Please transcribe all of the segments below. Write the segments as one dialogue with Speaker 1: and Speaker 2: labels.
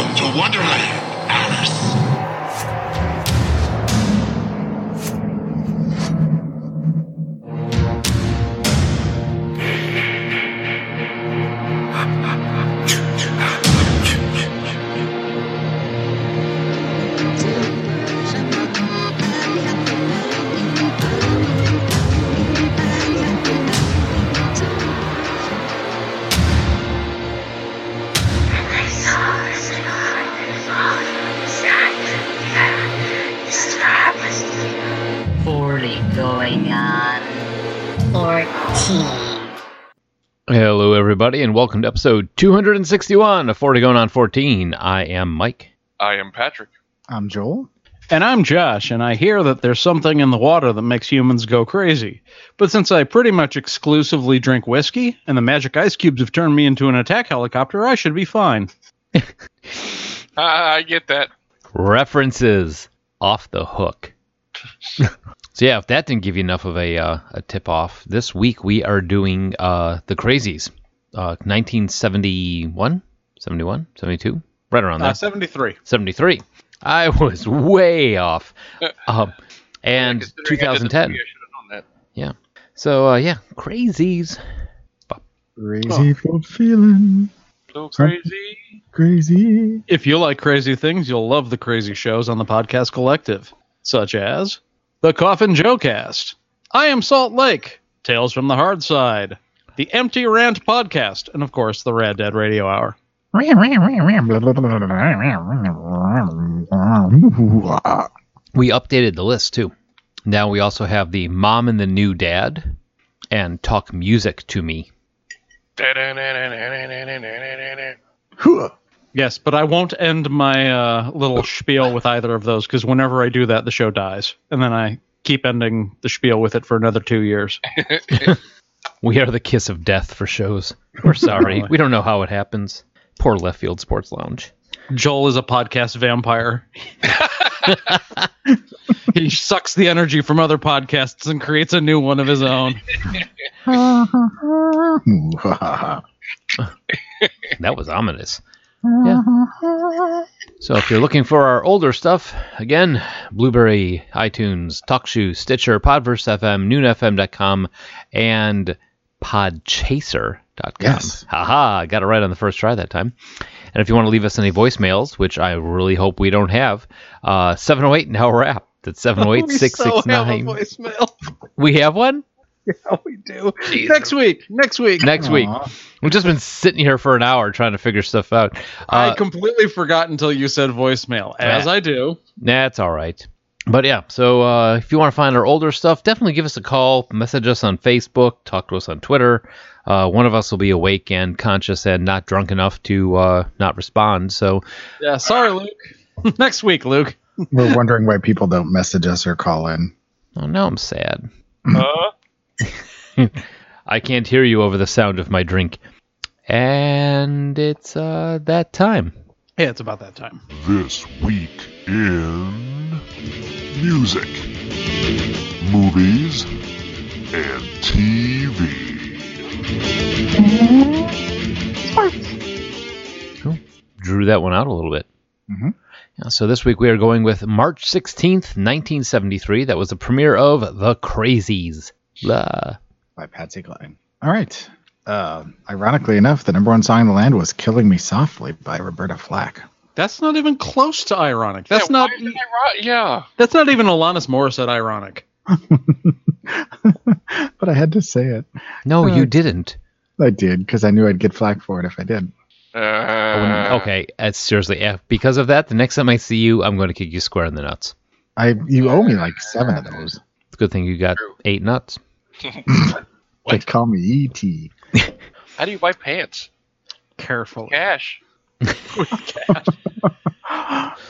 Speaker 1: Wonderland, Alice.
Speaker 2: Forty going on. Fourteen.
Speaker 3: Hello, everybody, and welcome to episode 261 of 40 Going on 14. I am Mike.
Speaker 4: I am Patrick.
Speaker 5: I'm Joel.
Speaker 6: And I'm Josh, and I hear that there's something in the water that makes humans go crazy. But since I pretty much exclusively drink whiskey, and the magic ice cubes have turned me into an attack helicopter, I should be fine.
Speaker 4: Ah, I get that.
Speaker 3: References off the hook. so, yeah, if that didn't give you enough of a, uh, a tip off, this week we are doing uh, The Crazies, uh, 1971, 71, 72, right around
Speaker 6: Uh,
Speaker 3: there.
Speaker 6: 73.
Speaker 3: 73. I was way off. Um, and
Speaker 4: Uh, Considering I did this
Speaker 3: 2010.
Speaker 4: movie, I should have known
Speaker 3: So, uh, yeah, Crazies.
Speaker 5: Crazy for
Speaker 4: that.
Speaker 5: feeling
Speaker 4: So
Speaker 5: Huh?
Speaker 4: crazy.
Speaker 5: crazy.
Speaker 6: If you like crazy things, you'll love the crazy shows on the podcast collective, such as The Coffin Joe Cast, I Am Salt Lake, Tales from the Hard Side, The Empty Rant Podcast, and of course, the Rad Dead Radio Hour.
Speaker 3: We updated the list too. Now we also have the Mom and the New Dad and Talk Music to Me.
Speaker 6: Yes, but I won't end my uh, little spiel with either of those because whenever I do that, the show dies, and then I keep ending the spiel with it for another two years.
Speaker 3: We are the kiss of death for shows. We're sorry. we don't know how it happens. Poor Left Field Sports Lounge.
Speaker 6: Joel is a podcast vampire. he sucks the energy from other podcasts and creates a new one of his own.
Speaker 3: That was ominous. Yeah. So if you're looking for our older stuff, again, Blueberry, iTunes, TalkShoe, Stitcher, Podverse FM, NoonFM.com, and Podchaser.com.
Speaker 5: Yes.
Speaker 3: Haha, got it right on the first try that time. And if you want to leave us any voicemails, which I really hope we don't have, uh, 708 now wrap. That's 708 669.
Speaker 6: voicemail.
Speaker 3: We have one?
Speaker 6: Oh, we do. Next week. Next week.
Speaker 3: Next week. We've just been sitting here for an hour trying to figure stuff out. Uh,
Speaker 6: I completely forgot until you said voicemail, as I do.
Speaker 3: That's all right. But yeah, so uh, if you want to find our older stuff, definitely give us a call, message us on Facebook, talk to us on Twitter. Uh, one of us will be awake and conscious and not drunk enough to uh, not respond. So
Speaker 6: Yeah, sorry, Luke. Next week, Luke.
Speaker 5: We're wondering why people don't message us or call in.
Speaker 3: oh, now I'm sad.
Speaker 4: Huh?
Speaker 3: I can't hear you over the sound of my drink. And it's uh, that time.
Speaker 6: Yeah, it's about that time.
Speaker 7: This week in music, movies, and TV.
Speaker 3: drew that one out a little bit.
Speaker 5: Mhm.
Speaker 3: Yeah, so this week we are going with March 16th, 1973. That was the premiere of The Crazies. La.
Speaker 5: By Patsy Cline. All right. Uh, ironically enough, the number one song in the land was "Killing Me Softly" by Roberta Flack.
Speaker 6: That's not even close to ironic. That's
Speaker 4: Yeah,
Speaker 6: not.
Speaker 4: why did I write- Yeah.
Speaker 6: That's not even Alanis Morissette ironic.
Speaker 5: but I had to say it.
Speaker 3: No,
Speaker 5: Uh,
Speaker 3: you didn't.
Speaker 5: I did because I knew I'd get flack for it if I did.
Speaker 3: I wouldn't-
Speaker 4: Uh,
Speaker 3: okay, uh, seriously, eh, because of that, the next time I see you, I'm going to kick you square in the nuts.
Speaker 5: I you owe me like seven of those.
Speaker 3: It's a good thing you got
Speaker 4: True.
Speaker 3: eight nuts.
Speaker 5: They call me E E.T.
Speaker 4: How do you buy pants?
Speaker 6: Carefully.
Speaker 4: Cash.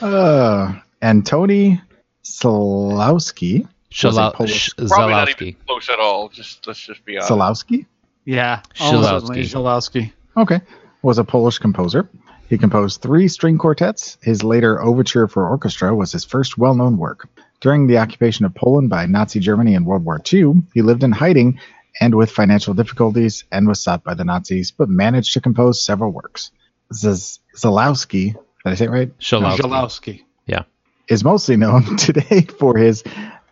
Speaker 5: Uh, and Tony Solowski.
Speaker 3: Shala-
Speaker 5: Polish?
Speaker 3: Sh-
Speaker 4: Probably not even
Speaker 3: Zalowski.
Speaker 4: close at all. Just let's just be honest.
Speaker 5: Solowski?
Speaker 6: Yeah. Oh,
Speaker 3: Shalowski.
Speaker 6: Shalowski.
Speaker 5: Okay. Was a Polish composer. He composed three string quartets. His later overture for orchestra was his first well known work. During the occupation of Poland by Nazi Germany in World War II, he lived in hiding and with financial difficulties and was sought by the Nazis, but managed to compose several works. Zalowski, Did I say it right?
Speaker 3: Shalowski.
Speaker 6: Jalowski.
Speaker 5: Is mostly known today for his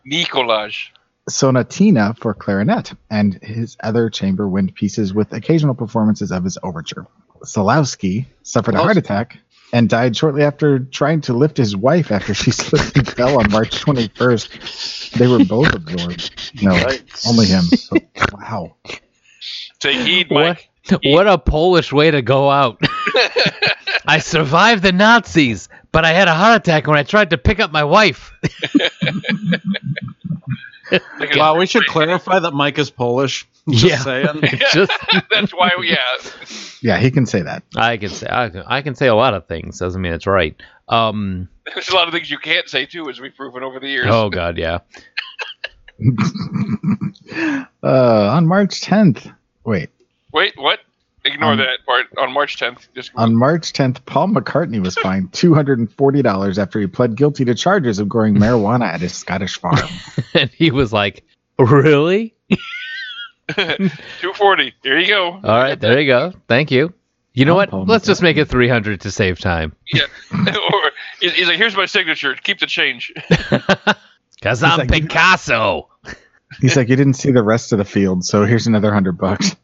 Speaker 4: Nicolaj.
Speaker 5: sonatina for clarinet and his other chamber wind pieces with occasional performances of his overture. Solowski suffered a heart attack and died shortly after trying to lift his wife after she slipped and fell on March 21st. They were both absorbed. No, only him. wow.
Speaker 4: Take heed,
Speaker 3: What?
Speaker 4: Mike.
Speaker 3: What a Polish way to go out. I survived the Nazis, but I had a heart attack when I tried to pick up my wife.
Speaker 4: Because-
Speaker 6: Wow, we should clarify that Mike is Polish. Just
Speaker 3: Yeah.
Speaker 6: saying.
Speaker 3: Just
Speaker 4: That's why we yeah.
Speaker 5: Yeah, he can say that.
Speaker 3: I can say I can, I can say a lot of things. Doesn't mean it's right. Um.
Speaker 4: There's a lot of things you can't say too, as we've proven over the years.
Speaker 3: Oh God. Yeah.
Speaker 5: Uh, on March 10th, wait,
Speaker 4: Wait, what? Ignore
Speaker 5: Um,
Speaker 4: that part. On March 10th, just
Speaker 5: on March 10th, Paul McCartney was fined $240 after he pled guilty to charges of growing marijuana at his Scottish farm.
Speaker 3: And he was like, "Really?
Speaker 4: 240. Here you go.
Speaker 3: All right. There you go. Thank you. You know
Speaker 5: Oh,
Speaker 3: what?
Speaker 5: Paul
Speaker 3: Let's just make it 300 to save time.
Speaker 4: or he's, he's like, here's my signature. Keep the change.
Speaker 3: Cause I'm
Speaker 5: like,
Speaker 3: Picasso.
Speaker 5: He's like, you didn't see the rest of the field, so here's another hundred bucks.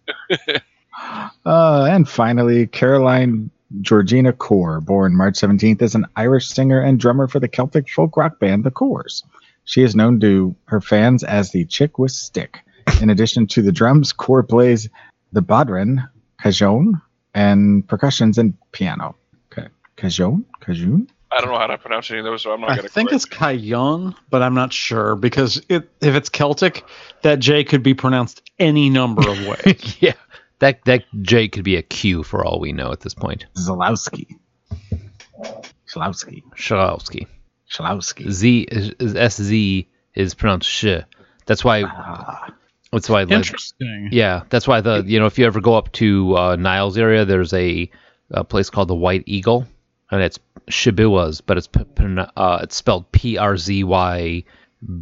Speaker 5: uh, and finally, Caroline Georgina Core, born March 17th, is an Irish singer and drummer for the Celtic folk rock band The Coors. She is known to her fans as the Chick with Stick. In addition to the drums, Core plays the bodhran, cajon, and percussions and piano. Okay, cajon, cajon.
Speaker 4: I don't know how to pronounce any of those, so I'm not
Speaker 6: I
Speaker 4: gonna.
Speaker 6: think
Speaker 4: correct.
Speaker 6: it's Cayon, but I'm not sure because it, if it's Celtic, that J could be pronounced any number of ways.
Speaker 3: yeah. That that J could be a Q for all we know at this point.
Speaker 5: Zalowski. Zalowski.
Speaker 3: Shalowski.
Speaker 5: Zalowski.
Speaker 3: Z is- is- S Z is pronounced sh. That's why.
Speaker 5: Ah.
Speaker 3: That's why. like-
Speaker 6: Interesting.
Speaker 3: Yeah, that's why the you know if you ever go up to uh, Niles area, there's a, a place called the White Eagle, and it's Shibua's, but it's p- pron- uh, it's spelled P R Z Y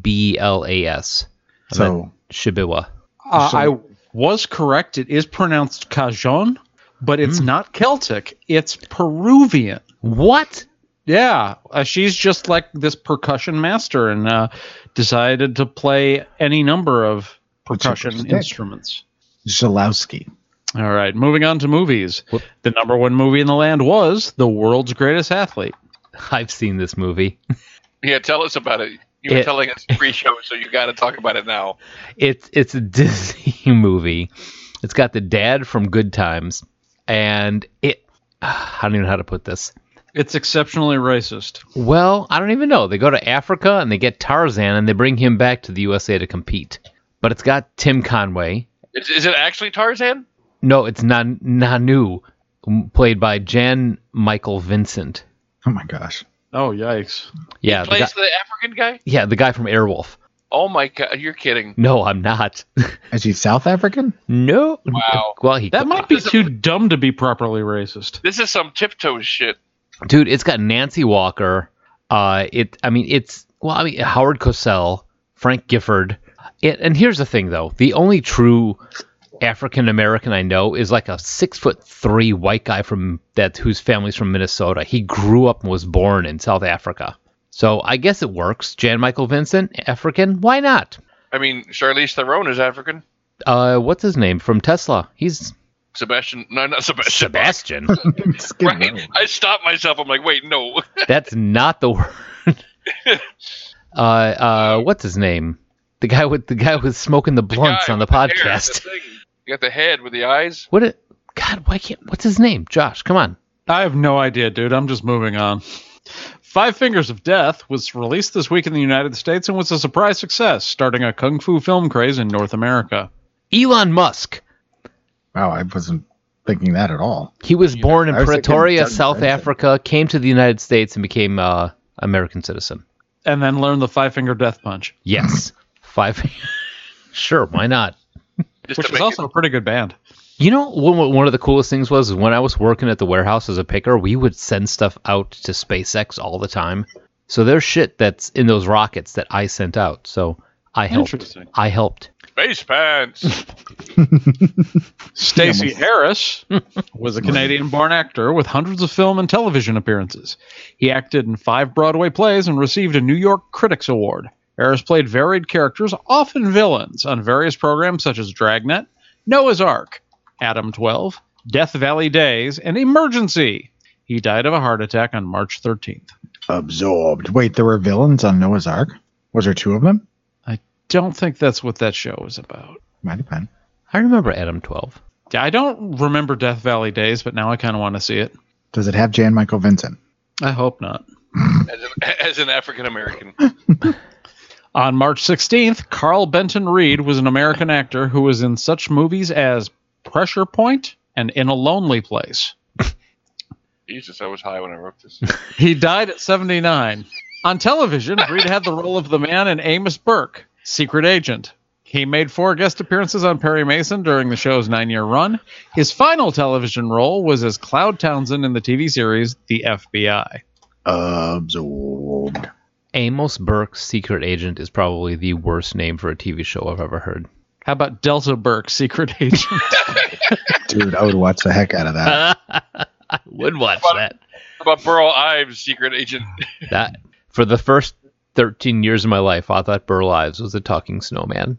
Speaker 3: B L A S. And
Speaker 5: So.
Speaker 3: then Shibuya.
Speaker 6: Uh, I was correct. It is pronounced Cajon, but it's not Celtic. It's Peruvian.
Speaker 3: What?
Speaker 6: Yeah, uh, she's just like this percussion master and uh, decided to play any number of percussion
Speaker 5: stick.
Speaker 6: instruments.
Speaker 5: Zalowski.
Speaker 6: All right, moving on to movies. The number one movie in the land was The World's Greatest Athlete.
Speaker 3: I've seen this movie.
Speaker 4: Yeah, tell us about it. You were
Speaker 3: It-
Speaker 4: telling us pre-show, so you got to talk about it now.
Speaker 3: it's it's a Disney movie. It's got the dad from Good Times, and it. I don't even know how to put this.
Speaker 6: It's exceptionally racist.
Speaker 3: Well, I don't even know. They go to Africa and they get Tarzan and they bring him back to the USA to compete. But it's got Tim Conway.
Speaker 4: Is, is it actually Tarzan?
Speaker 3: No, it's Nan- Nanu, m- played by Jan Michael Vincent.
Speaker 5: Oh my gosh.
Speaker 6: Oh yikes!
Speaker 3: Yeah, the guy,
Speaker 4: Plays the African guy?
Speaker 3: yeah, the guy from Airwolf.
Speaker 4: Oh my god, you're kidding!
Speaker 3: No, I'm not.
Speaker 5: Is he South African?
Speaker 3: no.
Speaker 4: Wow.
Speaker 3: Well, he
Speaker 6: That might be too dumb to be properly racist.
Speaker 4: This is some tiptoe shit.
Speaker 3: dude it's got nancy walker uh it i mean it's well i mean howard cosell frank gifford it, and here's the thing though the only true african american i know is like a six foot three white guy from that whose family's from minnesota he grew up and was born in south africa so i guess it works jan michael vincent african why not
Speaker 4: I mean, Charlize Theron is African.
Speaker 3: uh what's his name from tesla he's
Speaker 4: Sebastian, no, not Sebastian.
Speaker 3: sebastian
Speaker 5: Skid
Speaker 4: Right?
Speaker 5: Row.
Speaker 4: I stopped myself. I'm like, wait, no.
Speaker 3: That's not the word. uh, uh, what's his name? The guy with the guy with smoking the blunts
Speaker 4: Guy
Speaker 3: on the
Speaker 4: with hair,
Speaker 3: podcast.
Speaker 4: the thing. you got the head with the eyes.
Speaker 3: What? It, God, why can't? What's his name? Josh, come on.
Speaker 6: I have no idea, dude. I'm just moving on. Five Fingers of Death was released this week in the United States and was a surprise success, starting a kung fu film craze in North America.
Speaker 3: Elon Musk.
Speaker 5: Wow, I wasn't thinking that at all.
Speaker 3: He was born in
Speaker 5: I was thinking
Speaker 3: Pretoria,
Speaker 5: Doug
Speaker 3: South
Speaker 5: Benson.
Speaker 3: Africa. Came to the United States and became uh, American citizen.
Speaker 6: And then learned the Five Finger Death Punch,
Speaker 3: Yes, five. sure, why not?
Speaker 4: Just
Speaker 6: which
Speaker 4: to
Speaker 6: is
Speaker 4: make
Speaker 6: also a pretty good band.
Speaker 3: You know, one, one of the coolest things was when I was working at the warehouse as a picker, we would send stuff out to SpaceX all the time. So there's shit that's in those rockets that I sent out. So I helped.
Speaker 6: Interesting.
Speaker 3: I helped.
Speaker 4: it Space pants.
Speaker 6: Stacey Harris was a Canadian born actor with hundreds of film and television appearances. He acted in five Broadway plays and received a New York Critics Award. Harris played varied characters, often villains, on various programs such as Dragnet, Noah's Ark, Adam 12, Death Valley Days, and Emergency. He died of a heart attack on March 13th.
Speaker 5: Absorbed. Wait, there were villains on Noah's Ark? Was there two of them?
Speaker 6: Don't think that's what that show was about.
Speaker 5: Might have been.
Speaker 3: I remember Adam 12.
Speaker 6: I don't remember Death Valley Days, but now I kind of want to see it.
Speaker 5: Does it have Jan Michael Vincent?
Speaker 6: I hope not.
Speaker 4: As an, as an African American,
Speaker 6: On March 16th, Carl Benton Reed was an American actor who was in such movies as Pressure Point and In a Lonely Place.
Speaker 4: Jesus, I was high when I wrote this.
Speaker 6: He died at 79. On television, Reed had the role of the man in Amos Burke, Secret Agent. He made four guest appearances on Perry Mason during the show's nine year run. His final television role was as Cloud Townsend in the TV series The FBI.
Speaker 5: Absorbed.
Speaker 3: Amos Burke's secret agent is probably the worst name for a TV show I've ever heard.
Speaker 6: How about Delta Burke, Secret Agent?
Speaker 5: Dude, I would watch the heck out of that.
Speaker 4: Uh.
Speaker 3: I would watch that.
Speaker 4: How about Burl Ives, secret agent?
Speaker 3: That for the first 13 years of my life, I thought Burl Ives was a talking snowman.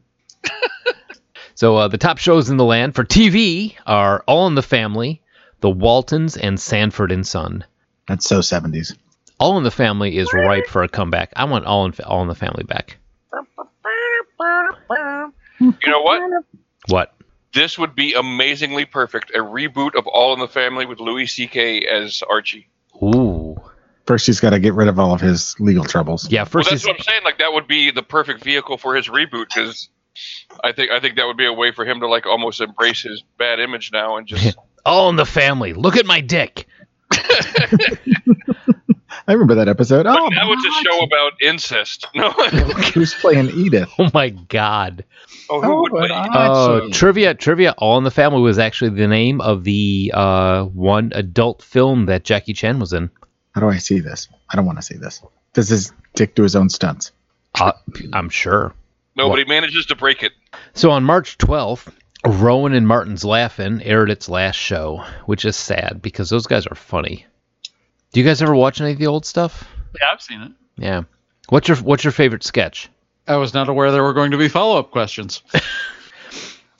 Speaker 3: so uh, the top shows in the land for TV are All in the Family, The Waltons, and Sanford and Son.
Speaker 5: That's so 70s.
Speaker 3: All in the Family is ripe for a comeback. I want All in All in the Family back.
Speaker 4: You know what?
Speaker 3: What?
Speaker 4: This would be amazingly perfect. A reboot of All in the Family with Louis C.K. as Archie.
Speaker 3: Ooh.
Speaker 5: First, he's got to get rid of all of his legal troubles.
Speaker 3: Yeah,
Speaker 4: Well,
Speaker 3: first
Speaker 4: that's
Speaker 3: is
Speaker 4: what I'm saying. Like that would be the perfect vehicle for his reboot because I think I think that would be a way for him to like almost embrace his bad image now and just
Speaker 3: All in the Family. Look at my dick.
Speaker 5: I remember that episode. Oh,
Speaker 4: now it's a show about incest. No,
Speaker 5: who's playing Edith?
Speaker 3: Oh my god.
Speaker 4: oh, who
Speaker 5: Oh,
Speaker 4: would
Speaker 5: but
Speaker 4: play?
Speaker 3: Uh,
Speaker 5: Archie.
Speaker 3: trivia, trivia. All in the Family was actually the name of the uh, one adult film that Jackie Chan was in.
Speaker 5: How do I see this? I don't want to see this. Does his dick do his own stunts?
Speaker 3: Uh, I'm sure.
Speaker 4: Nobody manages to break it.
Speaker 3: So on March 12th, Rowan and Martin's Laughing aired its last show, which is sad because those guys are funny. Do you guys ever watch any of the old stuff?
Speaker 6: Yeah, I've seen it.
Speaker 3: Yeah. What's your What's your favorite sketch?
Speaker 6: I was not aware there were going to be follow up questions.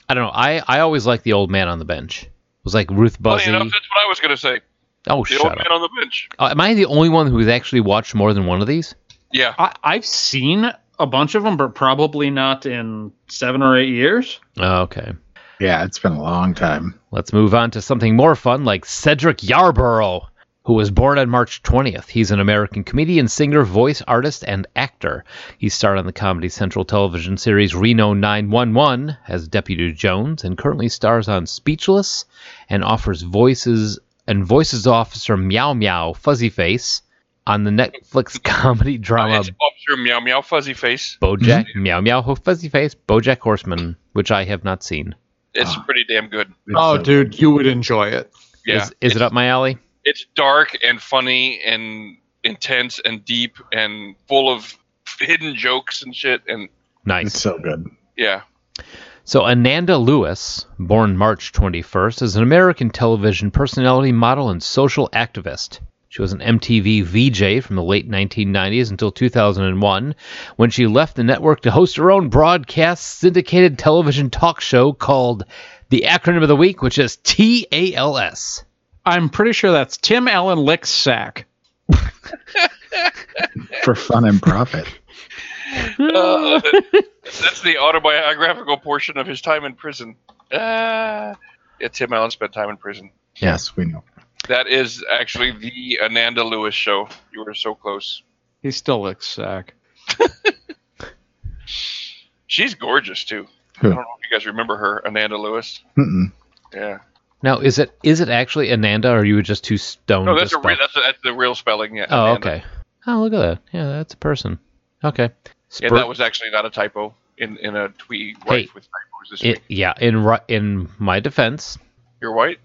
Speaker 3: I don't know. I, I always liked the old man on the bench. It was like Ruth
Speaker 4: Funny
Speaker 3: Buzzy.
Speaker 4: enough, that's what I was gonna say.
Speaker 3: oh,
Speaker 4: The old
Speaker 3: shut
Speaker 4: man
Speaker 3: up.
Speaker 4: on the bench.
Speaker 3: Uh, am I the only one who's actually watched more than one of these?
Speaker 4: Yeah,
Speaker 6: I, I've seen a bunch of them, but probably not in seven or eight years.
Speaker 3: Oh, Okay.
Speaker 5: Yeah, it's been a long time.
Speaker 3: Let's move on to something more fun like Cedric Yarborough, who was born on March 20th. He's an American comedian, singer, voice artist, and actor. He starred on the Comedy Central television series Reno 911 as Deputy Jones and currently stars on Speechless and offers voices and voices officer Meow Meow Fuzzy Face on the Netflix comedy drama
Speaker 4: it's Officer Meow Meow Fuzzy Face.
Speaker 3: Bojack Meow Meow Ho- Fuzzy Face Bojack Horseman, which I have not seen.
Speaker 4: It's pretty damn good.
Speaker 5: It's
Speaker 6: Oh,
Speaker 5: so-
Speaker 6: dude, you would enjoy it.
Speaker 4: Yeah,
Speaker 3: Is, is it up my alley?
Speaker 4: it's dark and funny and intense and deep and full of hidden jokes and shit. And
Speaker 3: Nice.
Speaker 5: It's so good.
Speaker 4: yeah,
Speaker 3: So, Ananda Lewis, born March 21st, is an American television personality, model, and social activist. She was an MTV VJ from the late 1990s until 2001, when she left the network to host her own broadcast syndicated television talk show called the acronym of the week, which is TALS.
Speaker 6: I'm pretty sure that's Tim Allen Lick's sack.
Speaker 5: For fun and profit.
Speaker 4: Uh, that's the autobiographical portion of his time in prison. Uh, yeah, Tim Allen spent time in prison.
Speaker 5: yes, we know.
Speaker 4: That is actually the Ananda Lewis show. You were so close.
Speaker 6: He still licks sack.
Speaker 4: She's gorgeous too.
Speaker 5: Who?
Speaker 4: I don't know if you guys remember her, Ananda Lewis.
Speaker 5: Mm-mm.
Speaker 4: Yeah.
Speaker 3: Now, is it is it actually Ananda, or you were just too stoned?
Speaker 4: No, that's
Speaker 3: to
Speaker 4: a re-
Speaker 3: spell-
Speaker 4: that's, a, that's the real spelling. Yeah.
Speaker 3: Oh,
Speaker 4: Ananda.
Speaker 3: okay. Oh, look at that. Yeah, that's a person. Okay.
Speaker 4: Yeah,
Speaker 3: Spur-
Speaker 4: that was actually not a typo in in a tweet.
Speaker 3: Hey.
Speaker 4: White with typos this
Speaker 3: It,
Speaker 4: week.
Speaker 3: yeah, in ri- in my defense,
Speaker 4: You're white.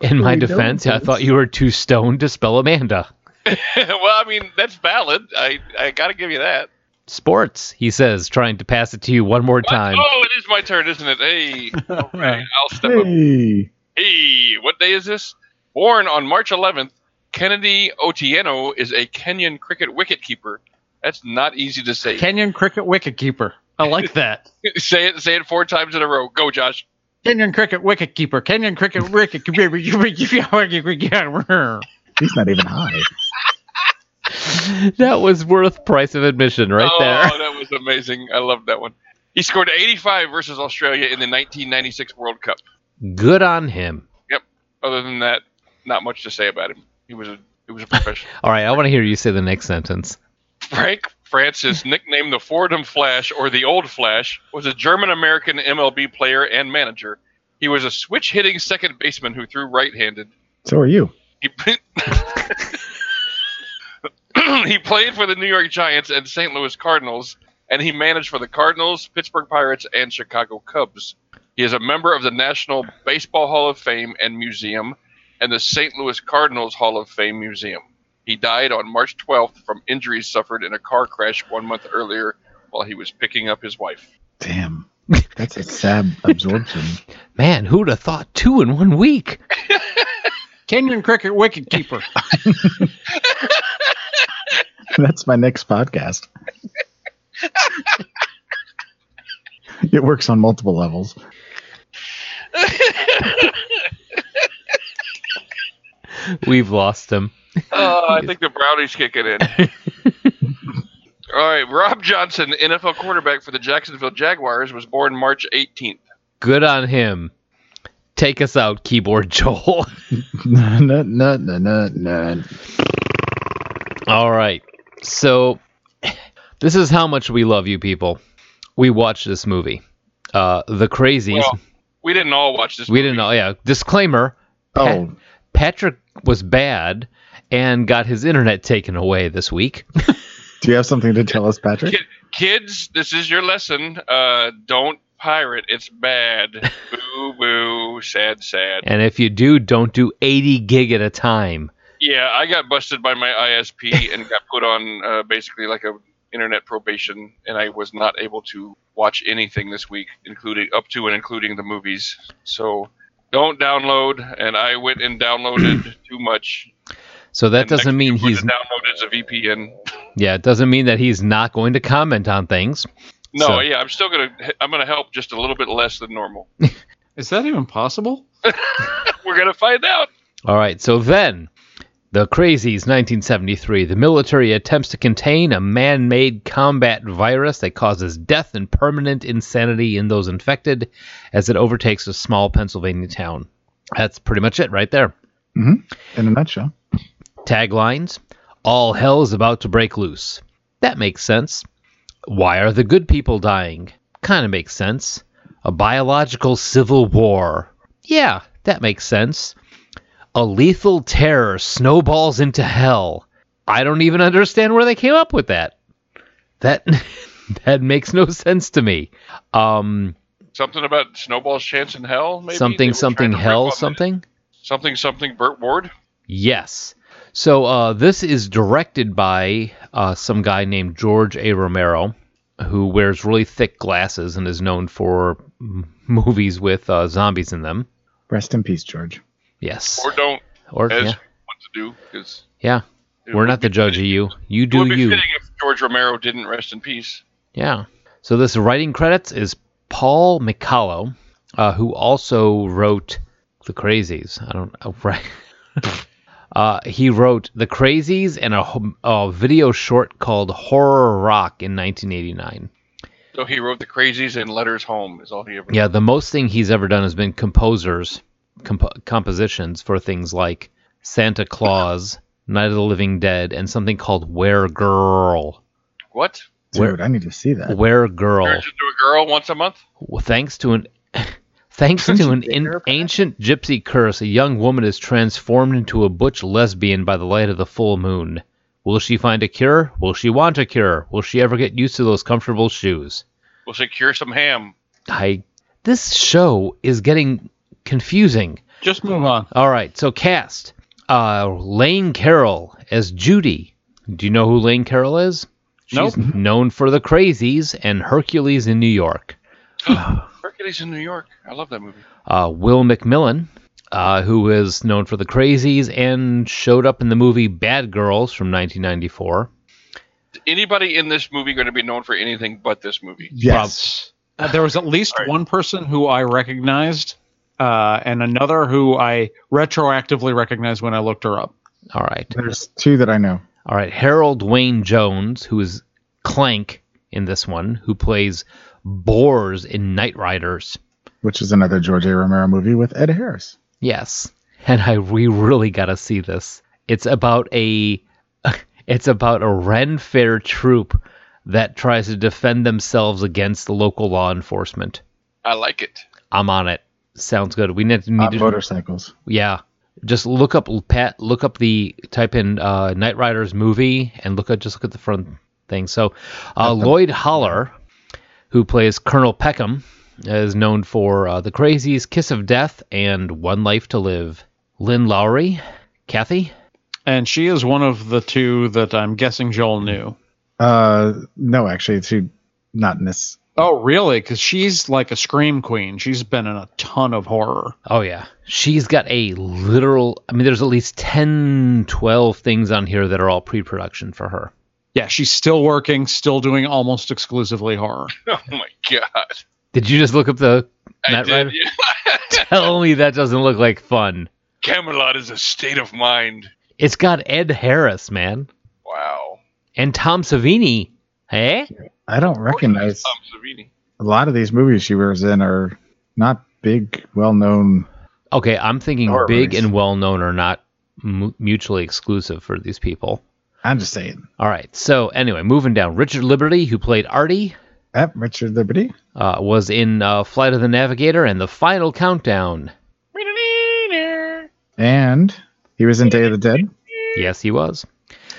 Speaker 3: in my
Speaker 5: we don't
Speaker 3: defense, I
Speaker 5: do
Speaker 3: thought you were too stoned to spell Amanda.
Speaker 4: well, I mean that's valid. I I gotta give you that.
Speaker 3: Sports, he says, trying to pass it to you one more time.
Speaker 4: Oh, it is my turn, isn't it? Hey, all right, I'll step up.
Speaker 5: Hey.
Speaker 4: Hey, what day is this? Born on March 11th, Kennedy Otieno is a Kenyan cricket wicketkeeper. That's not easy to say.
Speaker 6: Kenyon cricket wicketkeeper. I like that.
Speaker 4: say it, say it four times in a row. Go, Josh.
Speaker 6: Kenyon cricket wicketkeeper. Kenyon cricket wicketkeeper.
Speaker 5: He's not even high.
Speaker 3: That was worth price of admission right
Speaker 4: oh,
Speaker 3: there.
Speaker 4: that was amazing. I loved that one. He scored 85 versus Australia in the 1996 World Cup.
Speaker 3: Good on him.
Speaker 4: Other than that, not much to say about him. He was a he was a professional.
Speaker 3: All right, I want to hear you say the next sentence.
Speaker 4: Frank Francis, nicknamed the Fordham Flash or the Old Flash, was a German American MLB player and manager. He was a switch hitting second baseman who threw right handed.
Speaker 5: So are you.
Speaker 4: He, he played for the New York Giants and St. Louis Cardinals, and he managed for the Cardinals, Pittsburgh Pirates, and Chicago Cubs. He is a member of the National Baseball Hall of Fame and Museum and the St. Louis Cardinals Hall of Fame Museum. He died on March 12th from injuries suffered in a car crash one month earlier while he was picking up his wife.
Speaker 5: Damn. That's a sad absorption.
Speaker 3: Man, who'd have thought two in one week?
Speaker 6: Kenyon cricket wicketkeeper.
Speaker 5: That's my next podcast. it works on multiple levels.
Speaker 3: We've lost him.
Speaker 4: Oh, I think the brownies kicking in. All right, Rob Johnson, NFL quarterback for the Jacksonville Jaguars, was born March 18th.
Speaker 3: Good on him. Take us out, keyboard Joel.
Speaker 5: nut, nut, nut, nut, nut.
Speaker 3: All right. So, this is how much we love you people. We watched this movie, uh, The Crazies.
Speaker 4: Well, we didn't all watch this.
Speaker 3: we didn't know. Yeah. Disclaimer
Speaker 5: Oh,
Speaker 3: Patrick was bad and got his internet taken away this week.
Speaker 5: do you have something to tell us, Patrick?
Speaker 4: Kid, kids, this is your lesson. Uh, don't pirate. It's bad. boo, boo. Sad, sad.
Speaker 3: And if you do, don't do 80 gig at a time.
Speaker 4: Yeah, I got busted by my ISP and got put on uh, basically like a internet probation, and I was not able to watch anything this week, including up to and including the movies. So don't download. And I went and downloaded too much.
Speaker 3: So that
Speaker 4: And next
Speaker 3: doesn't mean
Speaker 4: thing you
Speaker 3: he's
Speaker 4: would've downloaded is a VPN.
Speaker 3: yeah, it doesn't mean that he's not going to comment on things.
Speaker 4: No,
Speaker 3: So-
Speaker 4: yeah, I'm still gonna I'm gonna help just a little bit less than normal.
Speaker 6: Is that even possible?
Speaker 4: We're gonna find out.
Speaker 3: All right, so then the crazies 1973 the military attempts to contain a man-made combat virus that causes death and permanent insanity in those infected as it overtakes a small pennsylvania town that's pretty much it right there
Speaker 5: In a nutshell.
Speaker 3: taglines all hell's about to break loose that makes sense why are the good people dying kind of makes sense a biological civil war yeah that makes sense a lethal terror snowballs into hell i don't even understand where they came up with that that that makes no sense to me um
Speaker 4: Something about Snowball's Chance in Hell, maybe? They
Speaker 3: something
Speaker 4: were
Speaker 3: something
Speaker 4: trying to rip
Speaker 3: hell
Speaker 4: on the-
Speaker 3: something
Speaker 4: Something, something, Burt Ward.
Speaker 3: Yes. So uh, this is directed by uh, some guy named George A. Romero, who wears really thick glasses and is known for m- movies with uh, zombies in them.
Speaker 5: Rest in peace, George.
Speaker 3: Yes.
Speaker 4: Or don't,
Speaker 3: Or,
Speaker 4: as
Speaker 3: Oh, yeah,
Speaker 4: what to do, because
Speaker 3: yeah. We're not the judge of you. You
Speaker 4: it would
Speaker 3: do
Speaker 4: be
Speaker 3: you.
Speaker 4: fitting if George Romero didn't rest in peace.
Speaker 3: Yeah. So this writing credits is Paul McCallow, uh, who also wrote The Crazies. I don't know. Right. uh, he wrote The Crazies and a, hom- a video short called Horror Rock in 1989.
Speaker 4: So he wrote The Crazies and Letters Home is all he ever
Speaker 3: Yeah, the most thing he's ever done has been composers, comp- compositions for things like Santa Claus, Night of the Living Dead, and something called Where Girl.
Speaker 4: What?
Speaker 5: Dude,
Speaker 3: Where-
Speaker 5: I need to see that.
Speaker 3: Where Girl.
Speaker 4: Turns into a girl once a month?
Speaker 3: Well, thanks to an thanks to an in, ancient gypsy curse, a young woman is transformed into a butch lesbian by the light of the full moon. Will she find a cure? Will she want a cure? Will she ever get used to those comfortable shoes?
Speaker 4: We'll secure some ham.
Speaker 3: I this show is getting confusing.
Speaker 6: Just move on.
Speaker 3: All right, so cast uh, Lane Carroll as Judy. Do you know who Lane Carroll is? She's known for The Crazies and Hercules in New York.
Speaker 4: Hercules in New York. I love that movie.
Speaker 3: Uh, Will McMillan, uh, who is known for The Crazies and showed up in the movie Bad Girls from 1994.
Speaker 4: Is anybody in this movie going to be known for anything but this movie?
Speaker 5: Yes.
Speaker 6: Uh, there was at least
Speaker 4: Alright.
Speaker 6: one person who I recognized, uh, and another who I retroactively recognized when I looked her up.
Speaker 3: All right.
Speaker 5: There's two that I know.
Speaker 3: All right, Harold Wayne Jones, who is Clank in this one, who plays Boars in Night Riders.
Speaker 5: which is another George A. Romero movie with Ed Harris.
Speaker 3: Yes, and I we really gotta see this. It's about a it's about a Ren Fair troop that tries to defend themselves against the local law enforcement.
Speaker 4: I like it.
Speaker 3: I'm on it. Sounds good. We need, need
Speaker 5: On
Speaker 3: to
Speaker 5: motorcycles.
Speaker 3: Yeah. Just look up Pat. Look up the type in uh, Knight Rider's movie and look at just look at the front thing. So, uh, Lloyd Holler, who plays Colonel Peckham, is known for uh, The Crazies, Kiss of Death, and One Life to Live. Lynn Lowry, Kathy.
Speaker 6: And she is one of the two that I'm guessing Joel knew.
Speaker 5: Uh, no, actually, two, not in this.
Speaker 6: Oh, really? Because she's like a scream queen. She's been in a ton of horror.
Speaker 3: Oh yeah, she's got a literal. I mean, there's at least 10, 12 things on here that are all pre-production for her.
Speaker 6: Yeah, she's still working, still doing almost exclusively horror.
Speaker 4: Oh my god!
Speaker 3: Did you just look up the
Speaker 4: I
Speaker 3: Knight Rider?
Speaker 4: did. yeah.
Speaker 3: Tell me that doesn't look like fun.
Speaker 4: Camelot is a state of mind.
Speaker 3: It's got Ed Harris, man.
Speaker 4: Wow.
Speaker 3: and Tom Savini. eh? Hey,
Speaker 5: I don't recognize
Speaker 4: Tom Savini.
Speaker 5: a lot of these movies she was in are not big, well known.
Speaker 3: okay, I'm thinking
Speaker 5: Horror
Speaker 3: big
Speaker 5: movies.
Speaker 3: and well known are not mu- mutually exclusive for these people.
Speaker 5: I'm just saying.
Speaker 3: All right, so anyway, moving down. Richard Liberty, who played Artie,
Speaker 5: At Richard Liberty.
Speaker 3: uh, was in uh, Flight of the Navigator and The Final Countdown.
Speaker 5: And he was in Day of the Dead.
Speaker 3: Yes, he was.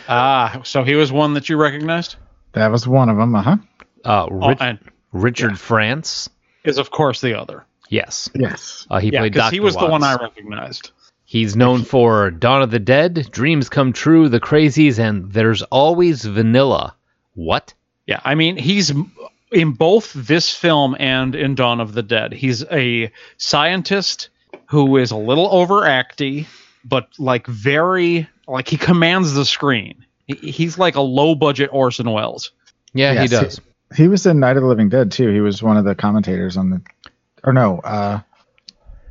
Speaker 6: Ah, so he was one that you recognized?
Speaker 5: That was one of them. Uh huh.
Speaker 3: Uh,
Speaker 6: Oh,
Speaker 3: Rich-
Speaker 6: and
Speaker 3: Richard France.
Speaker 6: is, of course, the other.
Speaker 3: Yes,
Speaker 5: Yes.
Speaker 3: uh, he
Speaker 6: yeah,
Speaker 3: played
Speaker 6: because
Speaker 3: Doctor.
Speaker 6: he was the one I
Speaker 3: Watts.
Speaker 6: recognized.
Speaker 3: He's known for Dawn of the Dead, Dreams Come True, The Crazies, and There's Always Vanilla. What?
Speaker 6: Yeah, I mean, he's in both this film and in Dawn of the Dead. He's a scientist who is a little overacty, but like very like he commands the screen. He- He's like a low budget Orson Welles.
Speaker 3: Yeah, he
Speaker 5: Yes, he-
Speaker 3: does.
Speaker 5: He was in Night of the Living Dead, too. He was one of the commentators on the. Or no, uh,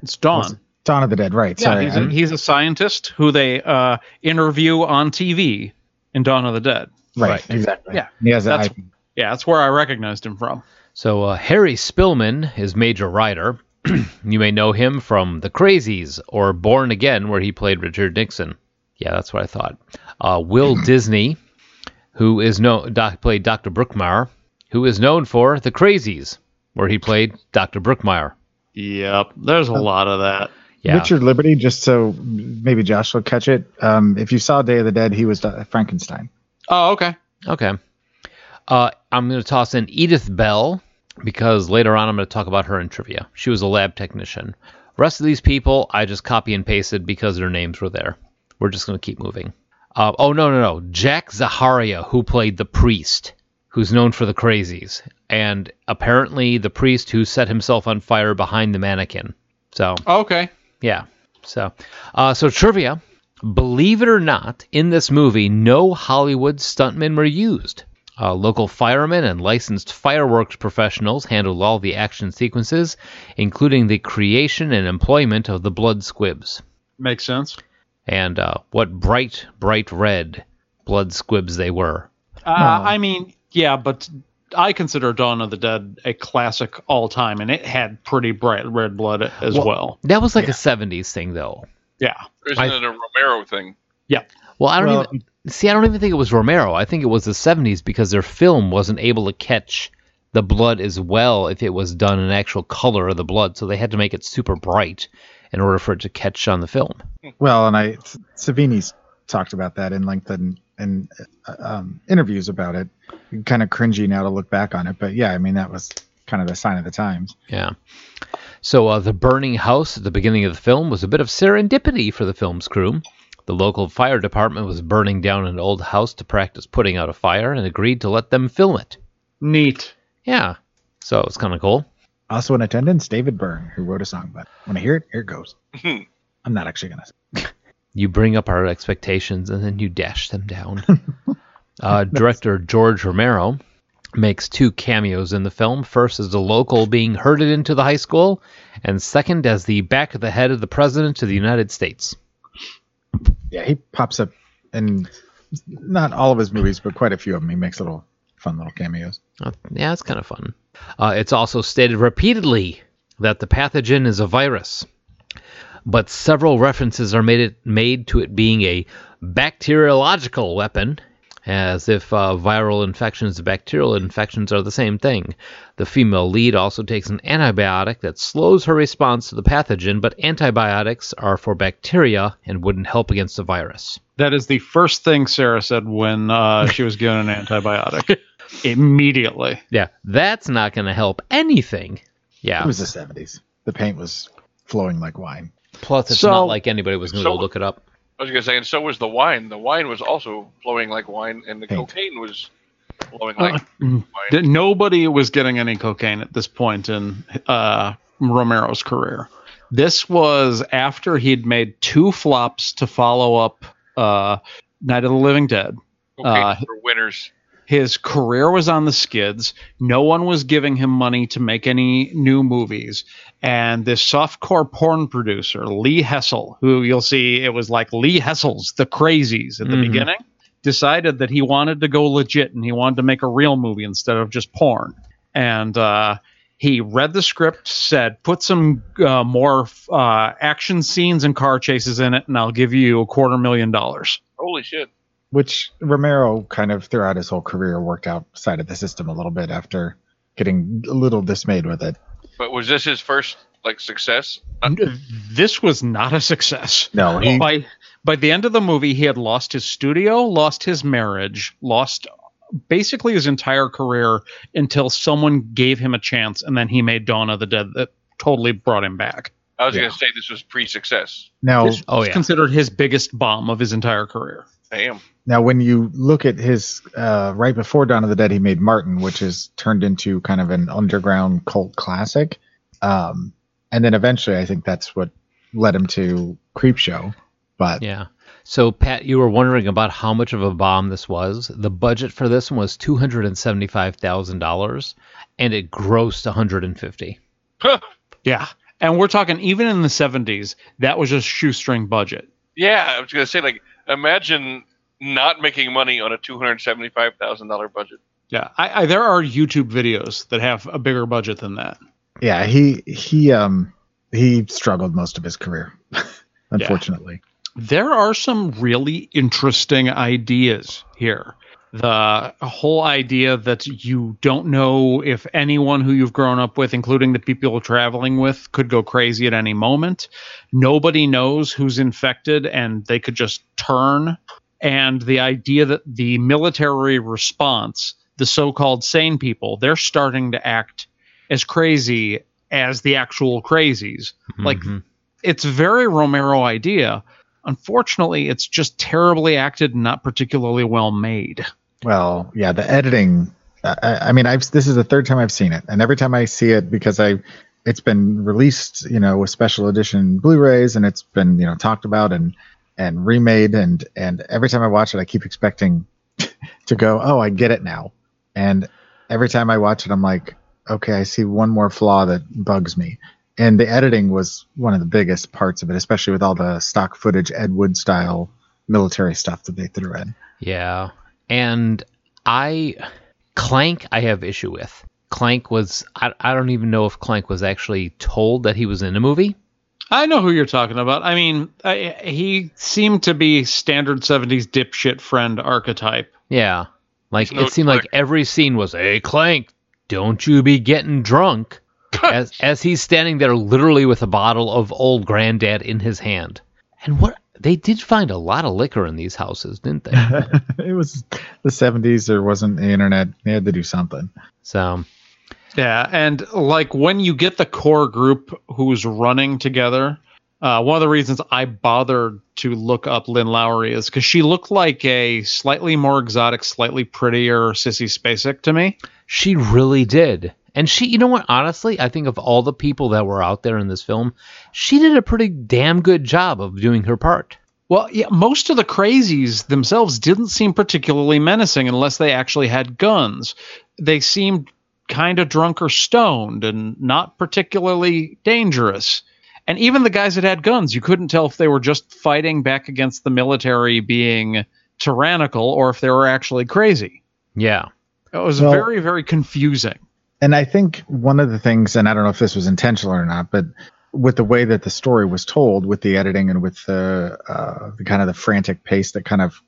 Speaker 6: It's Dawn.
Speaker 5: Dawn of the Dead, right.
Speaker 6: Yeah,
Speaker 5: Sorry.
Speaker 6: he's, a,
Speaker 5: I-
Speaker 6: he's a scientist who they uh, interview on TV in Dawn of the Dead.
Speaker 5: right,
Speaker 3: right.
Speaker 5: exactly.
Speaker 6: Yeah,
Speaker 5: He has an
Speaker 6: that's-
Speaker 5: eye-
Speaker 6: Yeah, that's where I recognized him from.
Speaker 3: So uh, Harry Spillman is Major Ryder. you may know him from The Crazies or Born Again, where he played Richard Nixon. Yeah, that's what I thought. Uh, Will Disney, who is no doc, played Dr. Brookmeyer, who is known for The Crazies, where he played Dr. Brookmeyer.
Speaker 6: Yep, there's a lot of that.
Speaker 3: Yeah,
Speaker 5: Richard Liberty, just so maybe Josh will catch it. Um, if you saw Day of the Dead, he was Doc- Frankenstein.
Speaker 6: Oh, okay.
Speaker 3: Okay. Uh, I'm going to toss in Edith Bell because later on I'm going to talk about her in trivia. She was a lab technician. Rest of these people I just copy and pasted because their names were there. We're just going to keep moving. Uh, oh no no no! Jack Zaharia, who played the priest, who's known for the crazies, and apparently the priest who set himself on fire behind the mannequin. So
Speaker 6: Okay.
Speaker 3: yeah. So, uh, so trivia. Believe it or not, in this movie, no Hollywood stuntmen were used. Uh, local firemen and licensed fireworks professionals handled all the action sequences, including the creation and employment of the blood squibs.
Speaker 6: Makes sense.
Speaker 3: And uh, what bright, bright red blood squibs they were.
Speaker 6: Uh, I mean, yeah, but I consider Dawn of the Dead a classic all time, and it had pretty bright red blood as well.
Speaker 3: That was like a 70s thing, though.
Speaker 6: Yeah.
Speaker 4: Isn't
Speaker 3: I-
Speaker 4: it a Romero thing?
Speaker 3: Well, I don't
Speaker 5: Well-
Speaker 3: even see. I don't even think it was Romero. I think it was the '70s because their film wasn't able to catch the blood as well if it was done in actual color of the blood. So they had to make it super bright in order for it to catch on the film.
Speaker 5: Well, and I S- Savini's talked about that in length and and uh, um, interviews about it. Kind of cringy now to look back on it, but yeah, I mean that was kind of the sign of the times.
Speaker 3: Yeah. So uh, the burning house at the beginning of the film was a bit of serendipity for the film's crew. The local fire department was burning down an old house to practice putting out a fire and agreed to let them film it.
Speaker 6: Neat.
Speaker 3: Yeah. So it's kind of cool.
Speaker 5: Also in attendance, David Byrne, who wrote a song, but when I hear it, here it goes. I'm not actually going to.
Speaker 3: You bring up our expectations and then you dash them down. uh, director George Romero makes two cameos in the film. First as the local being herded into the high school, and second as the back of the head of the president of the United States.
Speaker 5: Yeah, he pops up in not all of his movies, but quite a few of them. He makes little fun little cameos.
Speaker 3: Uh, Yeah, it's kind of fun. Uh, it's also stated repeatedly that the pathogen is a virus, but several references are made it, made to it being a bacteriological weapon, as if uh, viral infections and bacterial infections are the same thing. The female lead also takes an antibiotic that slows her response to the pathogen, but antibiotics are for bacteria and wouldn't help against the virus.
Speaker 6: That is the first thing Sarah said when uh, she was given an antibiotic. Immediately.
Speaker 3: Yeah, that's not going to help anything. Yeah.
Speaker 5: It was the 70s. The paint was flowing like wine.
Speaker 3: Plus, it's
Speaker 6: So-
Speaker 3: not like anybody was going to
Speaker 4: So-
Speaker 3: go look it up.
Speaker 4: I was gonna say, and so was the wine. The wine was also flowing like wine, and the
Speaker 5: Paint.
Speaker 4: cocaine was flowing
Speaker 3: Uh,
Speaker 4: like
Speaker 6: Mm.
Speaker 4: wine.
Speaker 6: That Nobody was getting any cocaine at this point in uh, Romero's career. This was after he'd made two flops to follow up uh, Night of the Living Dead.
Speaker 4: cocaine
Speaker 6: uh,
Speaker 4: for winners.
Speaker 6: His career was on the skids. No one was giving him money to make any new movies. And this softcore porn producer, Lee Hessel, who you'll see it was like Lee Hessel's The Crazies at the
Speaker 3: Mhm.
Speaker 6: beginning, decided that he wanted to go legit and he wanted to make a real movie instead of just porn. And uh, he read the script, said, put some uh, more uh, action scenes and car chases in it, and I'll give you a quarter million dollars.
Speaker 4: Holy shit!
Speaker 5: which Romero kind of throughout his whole career worked outside of the system a little bit after getting a little dismayed with it.
Speaker 4: But was this his first like success? Uh,
Speaker 6: This was not a success.
Speaker 5: No, he,
Speaker 6: by by the end of the movie, he had lost his studio, lost his marriage, lost basically his entire career until someone gave him a chance, and then he made Dawn of the Dead that totally brought him back.
Speaker 4: I was
Speaker 5: Yeah.
Speaker 4: gonna say this was pre-success.
Speaker 5: now
Speaker 6: This
Speaker 3: Oh,
Speaker 6: was
Speaker 3: yeah.
Speaker 6: considered his biggest bomb of his entire career.
Speaker 4: Damn.
Speaker 5: now when you look at his uh, right before Dawn of the Dead, he made Martin, which is turned into kind of an underground cult classic, um, and then eventually I think that's what led him to Creepshow. But
Speaker 3: Yeah. So, Pat, you were wondering about how much of a bomb this was. The budget for this one was two hundred and seventy-five thousand dollars, and it grossed one hundred and fifty.
Speaker 6: Yeah, and we're talking even in the '70s, that was a shoestring budget.
Speaker 4: Yeah, I was gonna say like imagine not making money on a two hundred seventy-five thousand dollar budget.
Speaker 6: Yeah, I, I, there are YouTube videos that have a bigger budget than that.
Speaker 5: yeah, he he um he struggled most of his career, unfortunately.
Speaker 6: there are some really interesting ideas here. The whole idea that you don't know if anyone who you've grown up with, including the people you're traveling with, could go crazy at any moment. Nobody knows who's infected and they could just turn. And the idea that the military response, the so called sane people, they're starting to act as crazy as the actual crazies. Like it's a very Romero idea. Unfortunately, it's just terribly acted and not particularly well made.
Speaker 5: Well, yeah, the editing. I- I, I mean, I've this is the third time I've seen it, and every time I see it because I, it's been released, you know, with special edition Blu-rays, and it's been you know talked about and and remade, and and every time I watch it, I keep expecting to go, oh, I get it now, and every time I watch it, I'm like, okay, I see one more flaw that bugs me. And the editing was one of the biggest parts of it, especially with all the stock footage, Ed Wood style military stuff that they threw in.
Speaker 3: yeah. And I, Clank, I have issue with. Clank was. I, I don't even know if Clank was actually told that he was in a movie.
Speaker 6: I know who you're talking about. I mean, I, he seemed to be standard 70s dipshit friend archetype.
Speaker 3: Yeah. Like
Speaker 4: There's no
Speaker 3: it seemed like
Speaker 4: Clank.
Speaker 3: every scene was, "Hey, Clank, don't you be getting drunk." as as he's standing there, literally with a bottle of old granddad in his hand. And what they did find a lot of liquor in these houses, didn't they?
Speaker 5: it was the 70s. There wasn't the internet. They had to do something.
Speaker 3: so
Speaker 6: Yeah, and like when you get the core group who's running together, Uh, one of the reasons I bothered to look up Lynn Lowry is because she looked like a slightly more exotic, slightly prettier Sissy Spacek to me.
Speaker 3: She really did. And she, you know what, honestly, I think of all the people that were out there in this film, she did a pretty damn good job of doing her part.
Speaker 6: Well, yeah, most of the crazies themselves didn't seem particularly menacing unless they actually had guns. They seemed kind of drunk or stoned and not particularly dangerous. And even the guys that had guns, you couldn't tell if they were just fighting back against the military being tyrannical or if they were actually crazy.
Speaker 3: Yeah.
Speaker 6: It was
Speaker 5: Well-
Speaker 6: very, very confusing.
Speaker 5: And I think one of the things, and I don't know if this was intentional or not, but with the way that the story was told, with the editing and with the, uh, the kind of the frantic pace that kind of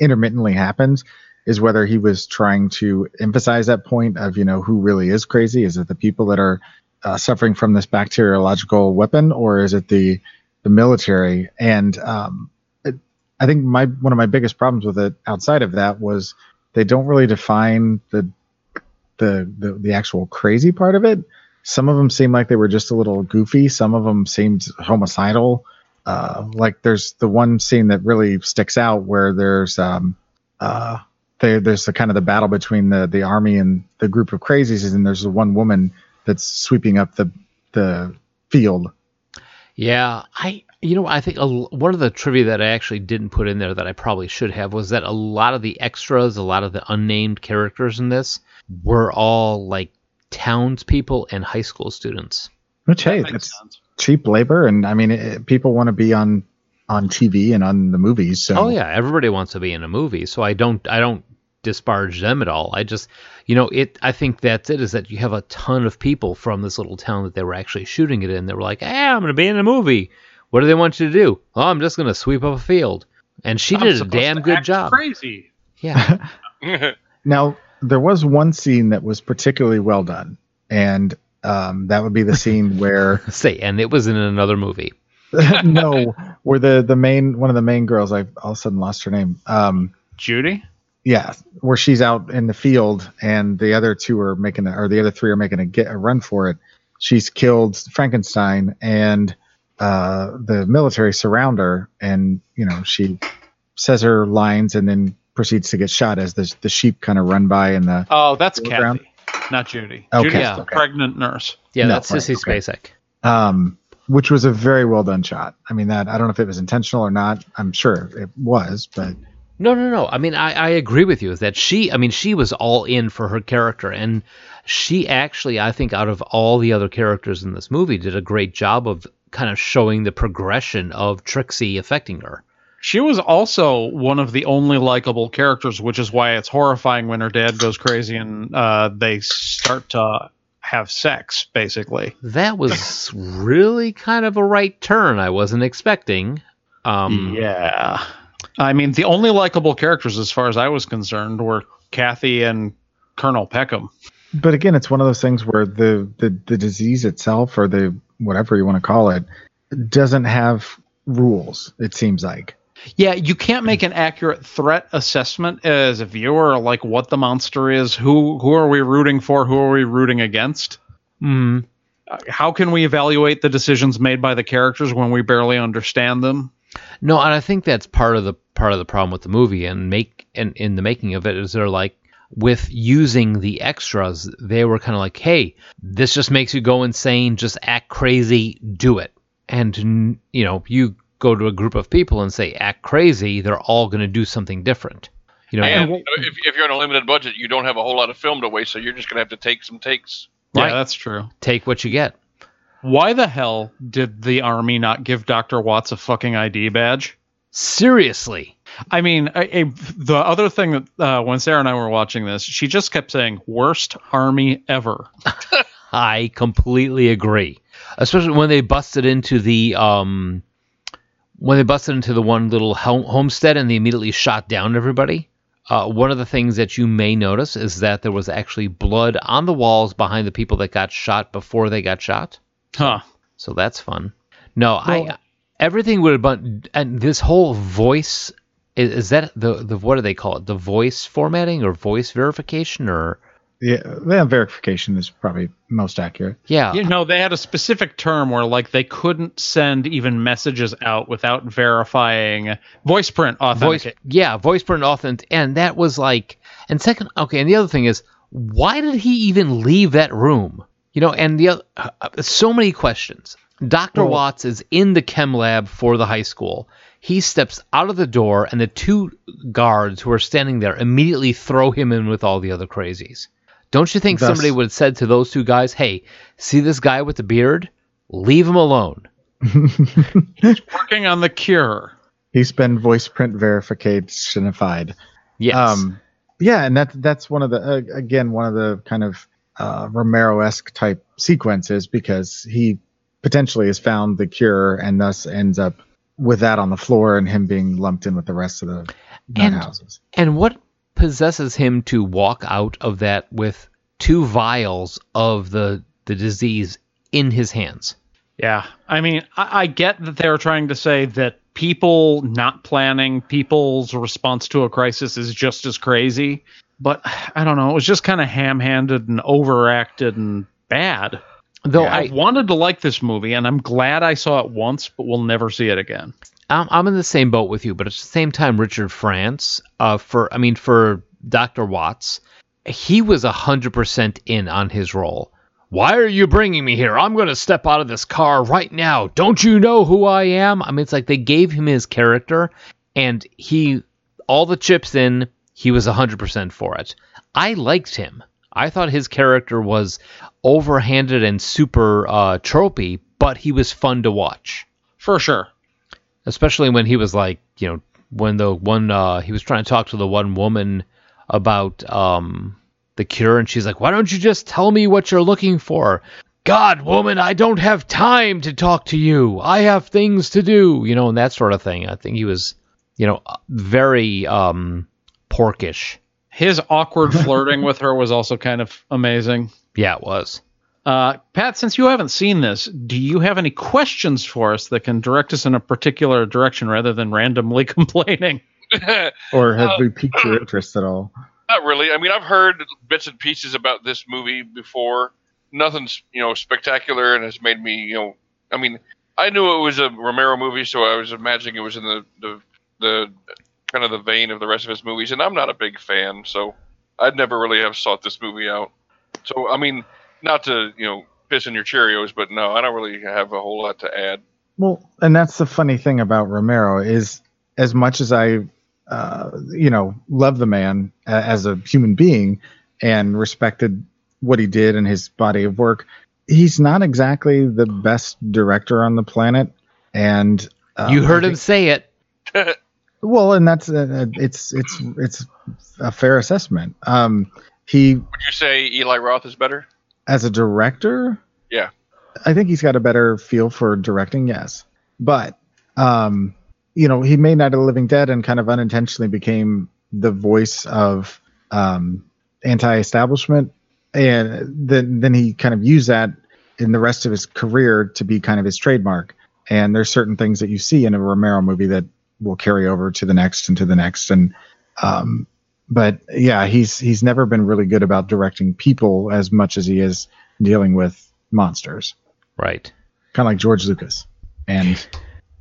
Speaker 5: intermittently happens, is whether he was trying to emphasize that point of you know who really is crazy. Is it the people that are uh, suffering from this bacteriological weapon, or is it the the military? And um, it, I think my one of my biggest problems with it outside of that was they don't really define the the the, the actual crazy part of it. Some of them seem like they were just a little goofy. Some of them seemed homicidal. Uh, like there's the one scene that really sticks out where there's um, uh, there there's the kind of the battle between the the army and the group of crazies, and there's the one woman that's sweeping up the the field.
Speaker 3: Yeah, I you know I think a, l- one of the trivia that I actually didn't put in there that I probably should have was that a lot of the extras, a lot of the unnamed characters in this were all like townspeople and high school students.
Speaker 5: Which hey, that's cheap labor, and I mean it, people want to be on on TV and on the movies. So
Speaker 3: Oh yeah, everybody wants to be in a movie, so I don't I don't disparage them at all. I just you know it I think that's it is that you have a ton of people from this little town that they were actually shooting it in. They were like, "Hey, I'm going to be in a movie. What do they want you to do? Oh, I'm just going to sweep up a field." And she did a damn good job.
Speaker 6: Crazy.
Speaker 3: Yeah.
Speaker 5: Now, there was one scene that was particularly well done, and um, that would be the scene where
Speaker 3: say, and it was in another movie.
Speaker 5: no, where the the main one of the main girls, I all of a sudden lost her name. Um,
Speaker 6: Judy?
Speaker 5: yeah, where she's out in the field, and the other two are making a, or the other three are making a get a run for it. She's killed Frankenstein, and uh, the military surround her, and you know she says her lines, and then proceeds to get shot as the the sheep kind of run by, and the
Speaker 6: Oh, that's
Speaker 5: Foreground?
Speaker 6: Kathy, not Judy.
Speaker 5: Okay,
Speaker 6: Judy's the
Speaker 5: okay.
Speaker 6: pregnant nurse.
Speaker 3: Yeah,
Speaker 5: No,
Speaker 3: that's
Speaker 5: right,
Speaker 3: Sissy
Speaker 5: okay.
Speaker 3: Spacek.
Speaker 5: um, which was a very well done shot. I mean, that I don't know if it was intentional or not. I'm sure it was, but
Speaker 3: No, no, no. I mean, I, I agree with you. Is that she? I mean, she was all in for her character, and she actually, I think, out of all the other characters in this movie, did a great job of kind of showing the progression of Trixie affecting her.
Speaker 6: She was also one of the only likable characters, which is why it's horrifying when her dad goes crazy and uh, they start to have sex, basically.
Speaker 3: That was really kind of a right turn I wasn't expecting. Um,
Speaker 6: Yeah. I mean, the only likable characters, as far as I was concerned, were Kathy and Colonel Peckham.
Speaker 5: but again, it's one of those things where the the, the disease itself or the whatever you want to call it doesn't have rules. It seems like
Speaker 6: Yeah, you can't make an accurate threat assessment as a viewer, like what the monster is, who who are we rooting for, who are we rooting against.
Speaker 3: mm,
Speaker 6: How can we evaluate the decisions made by the characters when we barely understand them?
Speaker 3: No, and I think that's part of the part of the problem with the movie and make and in the making of it is they're like with using the extras, they were kind of like, "Hey, this just makes you go insane. Just act crazy, do it." And n- you know, you go to a group of people and say, "Act crazy," they're all going to do something different. You know,
Speaker 4: And if, if you're on a limited budget, you don't have a whole lot of film to waste, so you're just going to have to take some takes.
Speaker 3: Right.
Speaker 6: Yeah, that's true.
Speaker 3: take what you get.
Speaker 6: Why the hell did the army not give Dr. Watts a fucking ID badge?
Speaker 3: Seriously.
Speaker 6: I mean, a, a, the other thing that uh, when Sarah and I were watching this, she just kept saying "worst army ever."
Speaker 3: I completely agree. Especially when they busted into the um, when they busted into the one little home- homestead and they immediately shot down everybody. Uh, one of the things that you may notice is that there was actually blood on the walls behind the people that got shot before they got shot.
Speaker 6: Huh?
Speaker 3: So that's fun. No, I everything would have been and this whole voice is, is that the the what do they call it? The voice formatting or voice verification or
Speaker 5: yeah, that verification is probably most accurate.
Speaker 3: Yeah.
Speaker 6: You know, they had a specific term where like they couldn't send even messages out without verifying voice print
Speaker 3: voice
Speaker 6: authentic.
Speaker 3: yeah voice print authentic and that was like and second okay and the other thing is why did he even leave that room you know and the other uh, uh, so many questions dr
Speaker 5: Mm.
Speaker 3: watts is in the chem lab for the high school he steps out of the door and the two guards who are standing there immediately throw him in with all the other crazies don't you think
Speaker 5: Thus-
Speaker 3: somebody would have said to those two guys hey see this guy with the beard leave him alone
Speaker 6: Working on the cure.
Speaker 5: He's been voice print verificationified.
Speaker 3: yes
Speaker 5: Um, yeah, and that that's one of the uh, again one of the kind of uh, Romero-esque type sequences because he potentially has found the cure and thus ends up with that on the floor and him being lumped in with the rest of the nut
Speaker 3: And-
Speaker 5: houses.
Speaker 3: And what possesses him to walk out of that with two vials of the the disease in his hands?
Speaker 6: Yeah. I mean, I, I get that they're trying to say that people not planning, people's response to a crisis is just as crazy. But I don't know. It was just kind of ham handed and overacted and bad.
Speaker 3: Though
Speaker 6: I wanted to like this movie, and I'm glad I saw it once, but we'll never see it again.
Speaker 3: I, I'm, I'm in the same boat with you, but at the same time, Richard France, uh, for I mean, for Doctor Watts, he was hundred percent in on his role. Why are you bringing me here? I'm going to step out of this car right now. Don't you know who I am? I mean, it's like they gave him his character, and he all the chips in. He was hundred percent for it. I liked him. I thought his character was overhanded and super uh, tropey, but he was fun to watch
Speaker 6: For sure.
Speaker 3: especially when he was like, you know, when the one uh, he was trying to talk to the one woman about um, the cure, and she's like, "Why don't you just tell me what you're looking for?" God, woman, I don't have time to talk to you. I have things to do, you know, and that sort of thing. I think he was, you know, very um, porkish.
Speaker 6: His awkward flirting with her was also kind of amazing.
Speaker 3: Yeah, it was.
Speaker 6: Uh, Pat, since you haven't seen this, do you have any questions for us that can direct us in a particular direction rather than randomly complaining?
Speaker 5: Or
Speaker 3: Oh.
Speaker 5: have we piqued your interest at all?
Speaker 4: Not really. I mean, I've heard bits and pieces about this movie before. Nothing's you know spectacular, and it's made me you know. I mean, I knew it was a Romero movie, so I was imagining it was in the the, the kind of the vein of the rest of his movies, and I'm not a big fan, so I'd never really have sought this movie out. So I mean, not to you know piss in your Cheerios, but no, I don't really have a whole lot to add.
Speaker 5: Well, and that's the funny thing about Romero is as much as I, uh, you know, love the man a- as a human being and respected what he did and his body of work, he's not exactly the best director on the planet. And uh,
Speaker 3: you heard
Speaker 5: I
Speaker 3: him say it.
Speaker 5: well, and that's uh, it's it's it's a fair assessment. Um, he
Speaker 4: Would you say Eli Roth is better?
Speaker 5: as a director
Speaker 4: Yeah.
Speaker 5: i think he's got a better feel for directing yes but um you know he made night of the living dead and kind of unintentionally became the voice of um anti-establishment and then then he kind of used that in the rest of his career to be kind of his trademark and there's certain things that you see in a romero movie that will carry over to the next and to the next and um but yeah, he's he's never been really good about directing people as much as he is dealing with monsters.
Speaker 3: Right.
Speaker 5: Kind of like George Lucas. And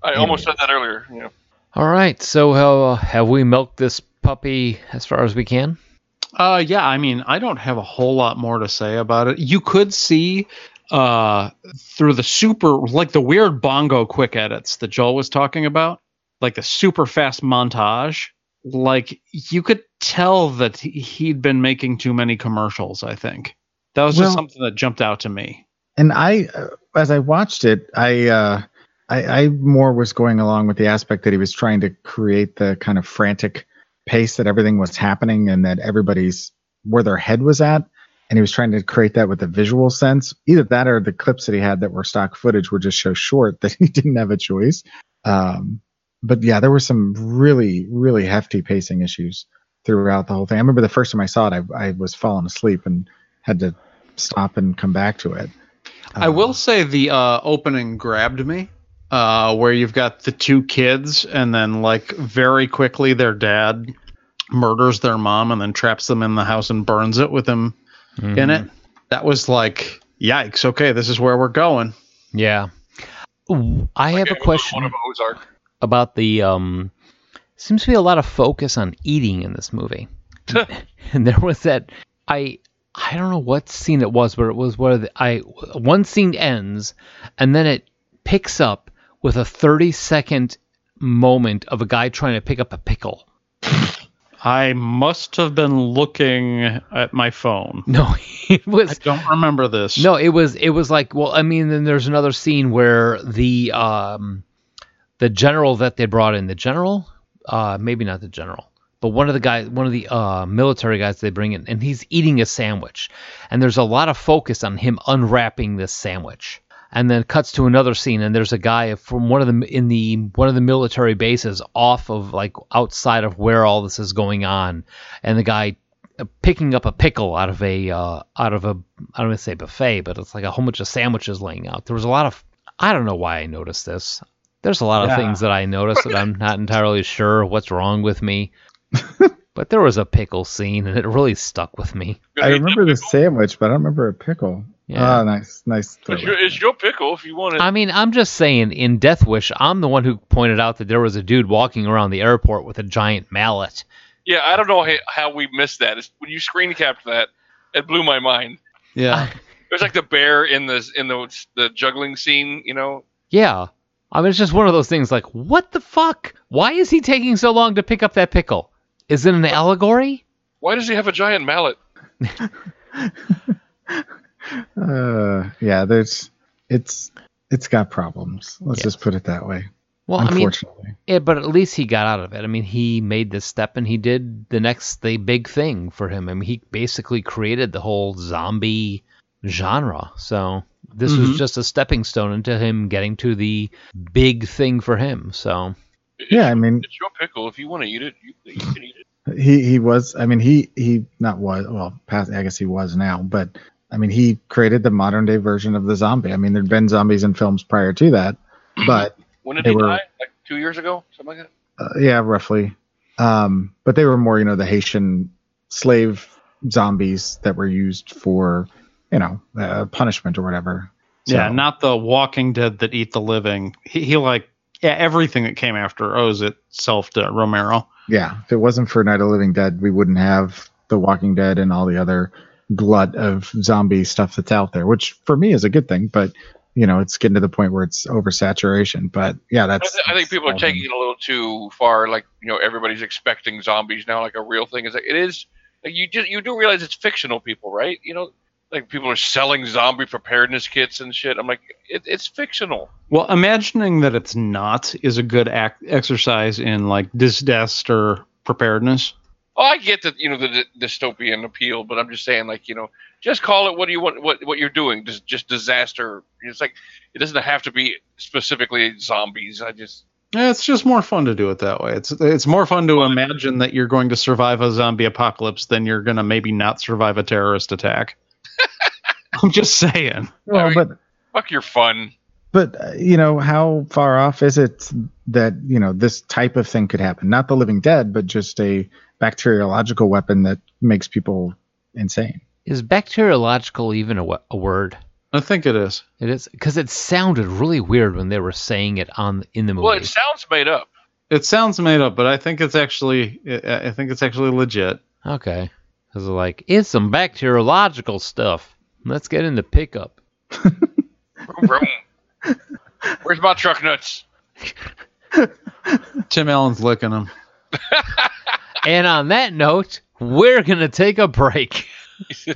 Speaker 4: I almost said that earlier. Yeah.
Speaker 3: All right. So, uh, have we milked this puppy as far as we can?
Speaker 6: Uh, yeah, I mean, I don't have a whole lot more to say about it. You could see uh, through the super, like the weird bongo quick edits that Joel was talking about, like the super fast montage. Like you could tell that he- he'd been making too many commercials. I think that was just
Speaker 5: Well-
Speaker 6: something that jumped out to me.
Speaker 5: and I uh, as I watched it, I uh I, I more was going along with the aspect that he was trying to create the kind of frantic pace that everything was happening and that everybody's where their head was at. And he was trying to create that with a visual sense. Either that or the clips that he had that were stock footage were just so short that he didn't have a choice. Um, but yeah, there were some really, really hefty pacing issues throughout the whole thing. I remember the first time I saw it, I, I was falling asleep and had to stop and come back to it.
Speaker 6: I will say the uh, opening grabbed me, uh, where you've got the two kids, and then like very quickly their dad murders their mom and then traps them in the house and burns it with him in it. That was like, yikes! Okay, this is where we're going.
Speaker 3: Yeah. Ooh, I have a
Speaker 4: It was One
Speaker 3: question
Speaker 4: of Ozark.
Speaker 3: about the. Um, seems to be a lot of focus on eating in this movie. and there was that I I don't know what scene it was, but it was where the, I one scene ends and then it picks up with a 30 second moment of a guy trying to pick up a pickle.
Speaker 6: I must have been looking at my phone.
Speaker 3: No, it
Speaker 6: I
Speaker 3: was
Speaker 6: don't remember this.
Speaker 3: No, it was it was like well, I mean, then there's another scene where the um the general that they brought in, the general, uh maybe not the general, but one of the guys, one of the uh military guys they bring in, and he's eating a sandwich, and there's a lot of focus on him unwrapping this sandwich. And then cuts to another scene, and there's a guy from one of the in the one of the military bases off of like outside of where all this is going on, and the guy uh, picking up a pickle out of a uh, out of a I don't want to say buffet, but it's like a whole bunch of sandwiches laying out. There was a lot of I don't know why I noticed this. There's a lot of things that I noticed that I'm not entirely sure what's wrong with me. but there was a pickle scene and it really stuck with me.
Speaker 5: I remember the sandwich, but I don't remember a pickle.
Speaker 3: Yeah.
Speaker 5: Yeah. Oh, nice, nice.
Speaker 4: It's
Speaker 5: throwback.
Speaker 4: your, it's your pickle if you want it.
Speaker 3: I mean, I'm just saying in Death Wish, I'm the one who pointed out that there was a dude walking around the airport with a giant mallet.
Speaker 4: yeah, I don't know how, how we missed that. It's, when you screen capped that, it blew my mind.
Speaker 6: Yeah.
Speaker 4: There's like the bear in the in the the juggling scene, you know.
Speaker 3: Yeah. I mean, it's just one of those things like, what the fuck? Why is he taking so long to pick up that pickle? Is it an allegory?
Speaker 4: Why does he have a giant mallet?
Speaker 5: Uh, yeah, there's it's it's got problems. Let's just put it that way.
Speaker 3: Well, I mean,
Speaker 5: unfortunately,
Speaker 3: yeah, but at least he got out of it. I mean, he made this step and he did the next the big thing for him. I mean, he basically created the whole zombie genre. So this
Speaker 4: Mm-hmm.
Speaker 3: was just a stepping stone into him getting to the big thing for him. So
Speaker 4: It's-
Speaker 5: yeah. I mean,
Speaker 4: It's your pickle. If you want to eat it, you, you can eat it.
Speaker 5: he he was. I mean, he he not was. Well, past. I guess he was now, but I mean, he created the modern day version of the zombie. I mean, there'd been zombies in films prior to that, but
Speaker 4: When did
Speaker 5: They
Speaker 4: he
Speaker 5: were-
Speaker 4: die? Like two years ago, something like that.
Speaker 5: uh, yeah, roughly. Um, but they were more, you know, the Haitian slave zombies that were used for, you know, uh, punishment or whatever.
Speaker 6: Yeah,
Speaker 5: So-
Speaker 6: not the Walking Dead that eat the living. He, he like yeah, everything that came after owes itself to Romero.
Speaker 5: Yeah, if it wasn't for Night of the Living Dead, we wouldn't have The Walking Dead and all the other glut of zombie stuff that's out there, which for me is a good thing, but you know, it's getting to the point where it's oversaturation. But yeah,
Speaker 4: I,
Speaker 5: that's
Speaker 4: th- I think people are
Speaker 5: that's-
Speaker 4: taking it a little too far. Like you know, everybody's expecting zombies now, like a real thing. Is like it is. Like you just you do realize it's fictional people, right? You know, like people are selling zombie preparedness kits and shit. I'm like, it, it's fictional.
Speaker 6: Well, imagining that it's not is a good ac- exercise in like disaster preparedness.
Speaker 4: Oh, I get that you know the d- dystopian appeal, but I'm just saying, like you know, just call it what do you want, what what you're doing, just just disaster. It's like it doesn't have to be specifically zombies. I just
Speaker 6: Yeah, it's just more fun to do it that way. It's it's more fun to imagine that you're going to survive a zombie apocalypse than you're gonna maybe not survive a terrorist attack. I'm just saying.
Speaker 5: Well,
Speaker 4: Alright.
Speaker 5: but
Speaker 4: fuck your fun.
Speaker 5: but uh, you know, how far off is it that you know this type of thing could happen? Not The Living Dead, but just a bacteriological weapon that makes people insane.
Speaker 3: is bacteriological even a, wo- a word?
Speaker 6: I think it is.
Speaker 3: It is because it sounded really weird when they were saying it on in the movie.
Speaker 4: Well, it sounds made up.
Speaker 6: It sounds made up, but I think it's actually I I think it's actually legit.
Speaker 3: okay, because like it's some bacteriological stuff. Let's get into pickup.
Speaker 4: Vroom, vroom. Where's my truck nuts?
Speaker 6: Tim Allen's licking him.
Speaker 3: And on that note, we're going to take a break.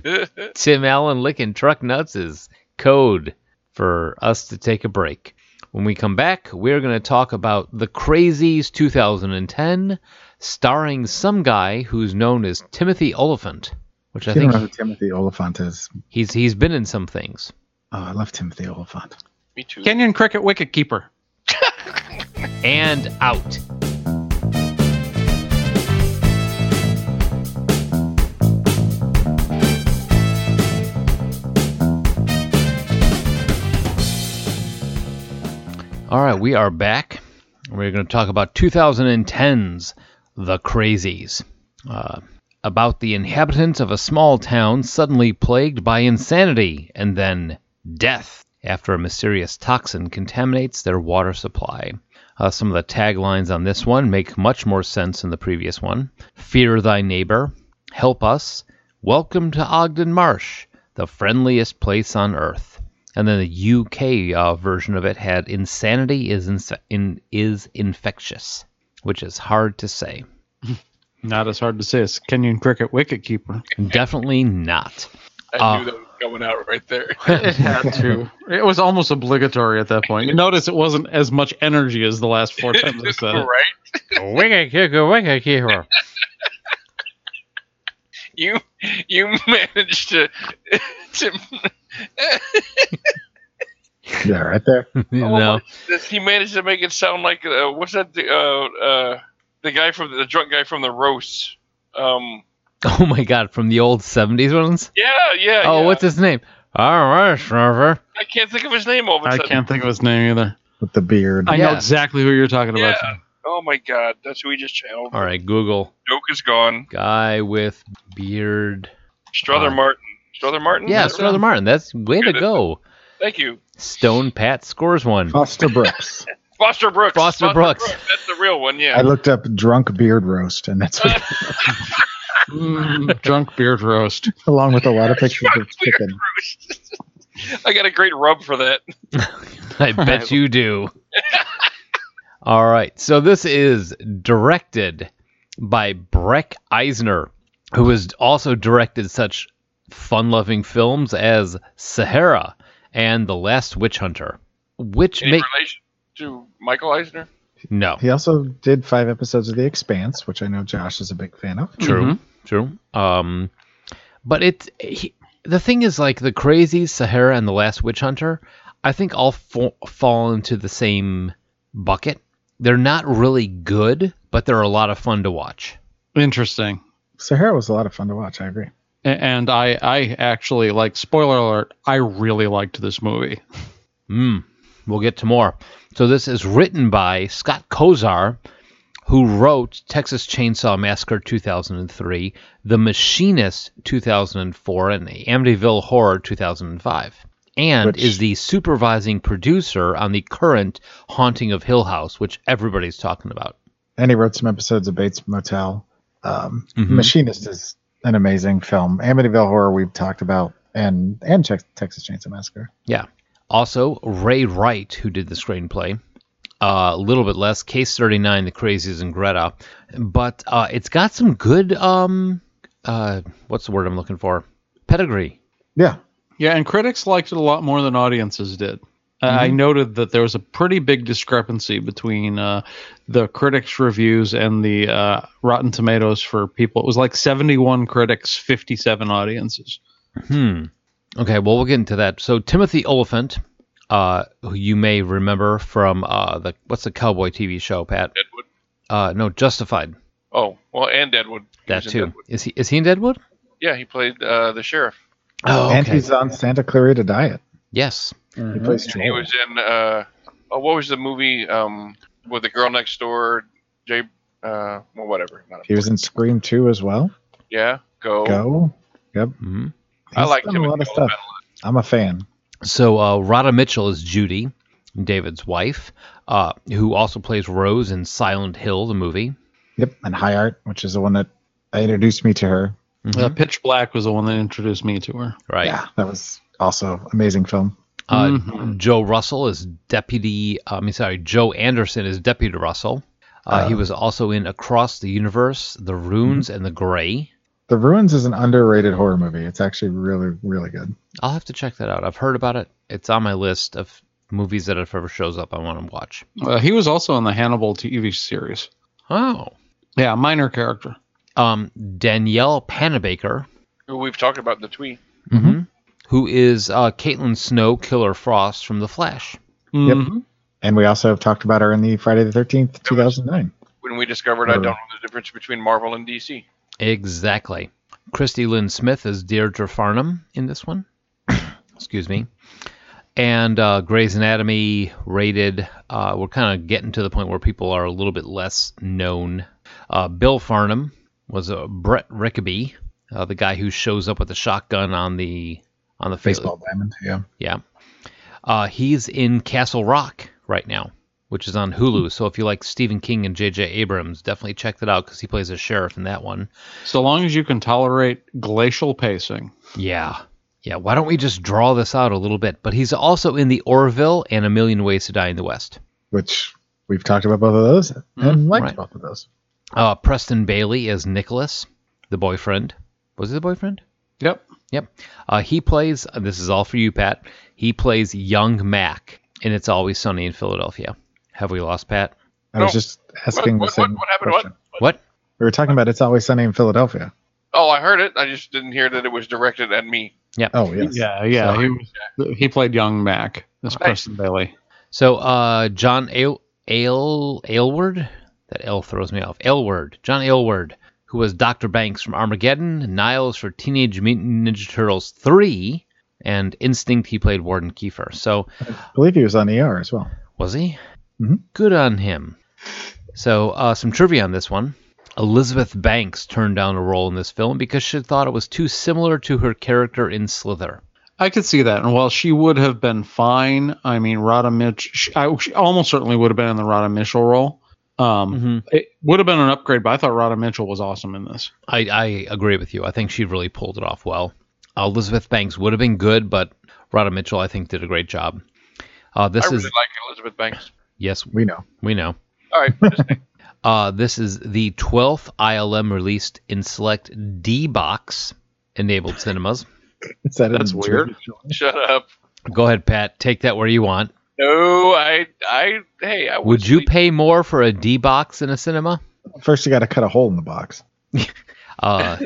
Speaker 3: Tim Allen licking truck nuts is code for us to take a break. When we come back, we're going to talk about The Crazies 2010, starring some guy who's known as Timothy Oliphant, which I
Speaker 5: You don't
Speaker 3: think
Speaker 5: know who Timothy Oliphant is.
Speaker 3: he's he's been in some things.
Speaker 5: Oh, I love Timothy Oliphant.
Speaker 4: Me too.
Speaker 6: Kenyon Cricket wicket keeper.
Speaker 3: And out. All right, we are back. We're going to talk about 2010's The Crazies. Uh, about the inhabitants of a small town suddenly plagued by insanity and then death after a mysterious toxin contaminates their water supply. Uh, some of the taglines on this one make much more sense than the previous one. Fear thy neighbor, help us, welcome to Ogden Marsh, the friendliest place on earth. And then the UK uh, version of it had insanity is inse- in, is infectious, which is hard to say.
Speaker 6: Not as hard to say as Kenyon Cricket wicket keeper.
Speaker 3: Definitely not.
Speaker 4: I
Speaker 3: Uh.
Speaker 4: knew that was coming out right there.
Speaker 6: It had to. It was almost obligatory at that point. You notice it wasn't as much energy as the last four times I said it.
Speaker 4: right?
Speaker 3: Wicked kicker, wicked kicker.
Speaker 4: You you managed to to
Speaker 5: Yeah, right there.
Speaker 3: you
Speaker 4: Oh,
Speaker 3: know,
Speaker 4: this- he managed to make it sound like uh, what's that the uh, uh, the guy from the, drunk guy from the roast. Um,
Speaker 3: oh my god, from the old '70s ones.
Speaker 4: yeah, yeah.
Speaker 3: Oh,
Speaker 4: Uh, yeah.
Speaker 3: what's his name? All right, Trevor.
Speaker 4: I can't think of his name all of a
Speaker 6: I
Speaker 4: sudden.
Speaker 6: can't think of his name either.
Speaker 5: With the beard.
Speaker 6: I know
Speaker 3: Yeah.
Speaker 6: exactly who you're talking about.
Speaker 4: Yeah. Oh my god, that's who we just channeled.
Speaker 3: All right, Google
Speaker 4: Joke is gone.
Speaker 3: guy with beard.
Speaker 4: Strother
Speaker 3: Uh,
Speaker 4: Martin. Strother Martin.
Speaker 3: Yeah,
Speaker 4: Is that
Speaker 3: Strother
Speaker 4: right?
Speaker 3: Martin. That's way to
Speaker 4: Good.
Speaker 3: go.
Speaker 4: Thank you,
Speaker 3: Stone Pat scores one.
Speaker 5: Foster Brooks.
Speaker 4: Foster Brooks.
Speaker 3: Foster Brooks.
Speaker 4: That's the real one.
Speaker 5: I
Speaker 4: Yeah.
Speaker 5: looked up drunk beard roast, and that's what,
Speaker 6: Mm, drunk beard roast.
Speaker 5: along with a lot of pictures of chicken.
Speaker 4: I got a great rub for that.
Speaker 3: I bet you do. All right. So this is directed by Breck Eisner, who has also directed such fun-loving films as Sahara and The Last Witch Hunter, which
Speaker 4: Any
Speaker 3: make
Speaker 4: relation to Michael Eisner?
Speaker 3: no
Speaker 5: He also did five episodes of The Expanse, which I know Josh is a big fan of.
Speaker 3: true true. Um, but it's he, the thing is like the crazies, Sahara and The Last Witch Hunter. I think all fa- fall into the same bucket. They're not really good, but they're a lot of fun to watch.
Speaker 6: Interesting.
Speaker 5: Sahara was a lot of fun to watch. I agree.
Speaker 6: A- And I, I actually like. Spoiler alert! I really liked this movie.
Speaker 3: Mm, we'll get to more. So this is written by Scott Kozar, who wrote Texas Chainsaw Massacre 2003, The Machinist 2004, and Amityville Horror 2005, and
Speaker 5: Which-
Speaker 3: is the supervising producer on the current Haunting of Hill House, which everybody's talking about.
Speaker 5: And he wrote some episodes of Bates Motel. Um,
Speaker 4: Mm-hmm.
Speaker 3: Mhm.
Speaker 5: Machinist is an amazing film. Amityville Horror we've talked about, and and Tex- Texas Chainsaw Massacre.
Speaker 3: Yeah. Also, Ray Wright, who did the screenplay, uh, a little bit less. Case 39, The Crazies and Greta. But uh, it's got some good, um, uh, what's the word I'm looking for? Pedigree.
Speaker 5: Yeah,
Speaker 6: Yeah, and critics liked it a lot more than audiences did. Uh, I noted that there was a pretty big discrepancy between uh, the critics' reviews and the uh, Rotten Tomatoes for people. It was like 71 critics, 57 audiences.
Speaker 3: Hmm. Okay, well, we'll get into that. So, Timothy Oliphant, uh, who you may remember from uh, the, what's the cowboy TV show, Pat?
Speaker 4: Deadwood.
Speaker 3: Uh, no, Justified.
Speaker 4: Oh, well, and Deadwood. He
Speaker 3: That
Speaker 4: was in
Speaker 3: too.
Speaker 4: Deadwood.
Speaker 3: Is he is he in Deadwood?
Speaker 4: Yeah, he played uh, the sheriff.
Speaker 3: Oh,
Speaker 5: Uh, and
Speaker 3: okay.
Speaker 5: he's on Santa Clarita Diet.
Speaker 3: Yes.
Speaker 5: He
Speaker 6: Mm-hmm.
Speaker 5: plays
Speaker 4: Mm-hmm. He
Speaker 5: Joel.
Speaker 4: was in uh, oh, what was the movie um with the girl next door? Jay, uh, well, whatever. Not
Speaker 5: He was in Scream 2 as well.
Speaker 4: yeah, go.
Speaker 5: Go.
Speaker 3: hmm
Speaker 4: Oh, I
Speaker 5: He's
Speaker 4: like
Speaker 5: done
Speaker 4: him.
Speaker 5: a
Speaker 4: in
Speaker 5: lot of
Speaker 4: Go
Speaker 5: stuff.
Speaker 4: Battle.
Speaker 5: I'm a fan.
Speaker 3: So uh, Rhoda Mitchell is Judy, David's wife, uh, who also plays Rose in Silent Hill, the movie.
Speaker 5: Yep, and High Art, which is the one that introduced me to her.
Speaker 6: Uh, Pitch Black was the one that introduced me to her.
Speaker 3: Right.
Speaker 5: Yeah, that was also amazing film.
Speaker 3: Uh,
Speaker 6: Mhm.
Speaker 3: Joe Russell is deputy. uh, I mean, sorry, Joe Anderson is deputy Russell. Uh, Mm-hmm. he was also in Across the Universe, The Runes, and The Gray.
Speaker 5: The Ruins is an underrated horror movie. It's actually really, really good.
Speaker 3: I'll have to check that out. I've heard about it. It's on my list of movies that if ever shows up, I want to watch.
Speaker 6: Uh, he was also in the Hannibal TV series.
Speaker 3: Oh.
Speaker 6: Yeah, minor character.
Speaker 3: Um, Danielle Panabaker,
Speaker 4: Who we've talked about in the tweet.
Speaker 3: mhm, who is uh, Caitlin Snow, Killer Frost from The Flash.
Speaker 6: Mhm.
Speaker 5: And we also have talked about her in the Friday the 13th, 2009.
Speaker 4: When we discovered I don't know the difference between Marvel and DC.
Speaker 3: Exactly. Christy Lynn Smith is Deirdre Farnham in this one. Excuse me. And uh, Grey's Anatomy rated. Uh, we're kind of getting to the point where people are a little bit less known. Uh, Bill Farnham was uh, Brett Rickaby, uh, the guy who shows up with the shotgun on the on the face.
Speaker 5: Baseball Diamond. Yeah.
Speaker 3: Yeah. Uh, he's in Castle Rock right now, which is on Hulu. So if you like Stephen King and J.J. Abrams, definitely check that out because he plays a sheriff in that one.
Speaker 6: So long as you can tolerate glacial pacing.
Speaker 3: Yeah. Yeah. Why don't we just draw this out a little bit? But he's also in The Orville and A Million Ways to Die in the West.
Speaker 5: Which we've talked about both of those
Speaker 6: Hmm?
Speaker 5: and liked
Speaker 3: right.
Speaker 5: both of those.
Speaker 3: Uh, Preston Bailey is Nicholas, the boyfriend. Was he the boyfriend?
Speaker 6: Yep.
Speaker 3: Yep. Uh, he plays, this is all for you, Pat. He plays young Mac in It's Always Sunny in Philadelphia. Have we lost Pat?
Speaker 5: I
Speaker 4: No.
Speaker 5: was just
Speaker 4: What,
Speaker 5: asking
Speaker 4: what-
Speaker 5: the same
Speaker 4: what- what happened? What?
Speaker 5: question.
Speaker 3: What?
Speaker 5: We were talking about It's Always Sunny in Philadelphia.
Speaker 4: Oh, I heard it. I just didn't hear that it was directed at me.
Speaker 3: Yeah.
Speaker 5: Oh, yes.
Speaker 6: Yeah, yeah.
Speaker 3: So-
Speaker 6: he was- he played young Mac. That's Preston Bailey.
Speaker 3: So, uh, John Ale, Ale, Aylward, that L throws me off. Aylward, John Aylward, who was Dr. Banks from Armageddon, Niles for Teenage Mutant Ninja Turtles 3, and Instinct, he played Warden Kiefer. So,
Speaker 5: I believe he was on ER as well.
Speaker 3: was he?
Speaker 5: Mhm.
Speaker 3: Good on him. So, uh, some trivia on this one. Elizabeth Banks turned down a role in this film because she thought it was too similar to her character in Slither.
Speaker 6: I could see that. And while she would have been fine, I mean, Rada Mitch, she, I, she almost certainly would have been in the Rada Mitchell role. Um,
Speaker 3: Mhm.
Speaker 6: It would have been an upgrade, but I thought Rada Mitchell was awesome in this.
Speaker 3: I, I agree with you. I think she really pulled it off well. Uh, Elizabeth Banks would have been good, but Rhoda Mitchell, I think, did a great job. Uh, this
Speaker 4: I
Speaker 3: is
Speaker 4: really like Elizabeth Banks.
Speaker 3: yes,
Speaker 5: We know.
Speaker 3: we know.
Speaker 4: All right, interesting.
Speaker 3: Uh, this is the twelfth ILM released in select D box enabled cinemas.
Speaker 5: Is that
Speaker 6: That's
Speaker 5: in-
Speaker 6: weird.
Speaker 4: Shut up.
Speaker 3: Go ahead, Pat. Take that where you want.
Speaker 4: No, I, I, hey, I
Speaker 3: Would
Speaker 4: was
Speaker 3: you
Speaker 4: sleeping.
Speaker 3: pay more for a D box in a cinema?
Speaker 5: First, you got to cut a hole in the box.
Speaker 3: Uh,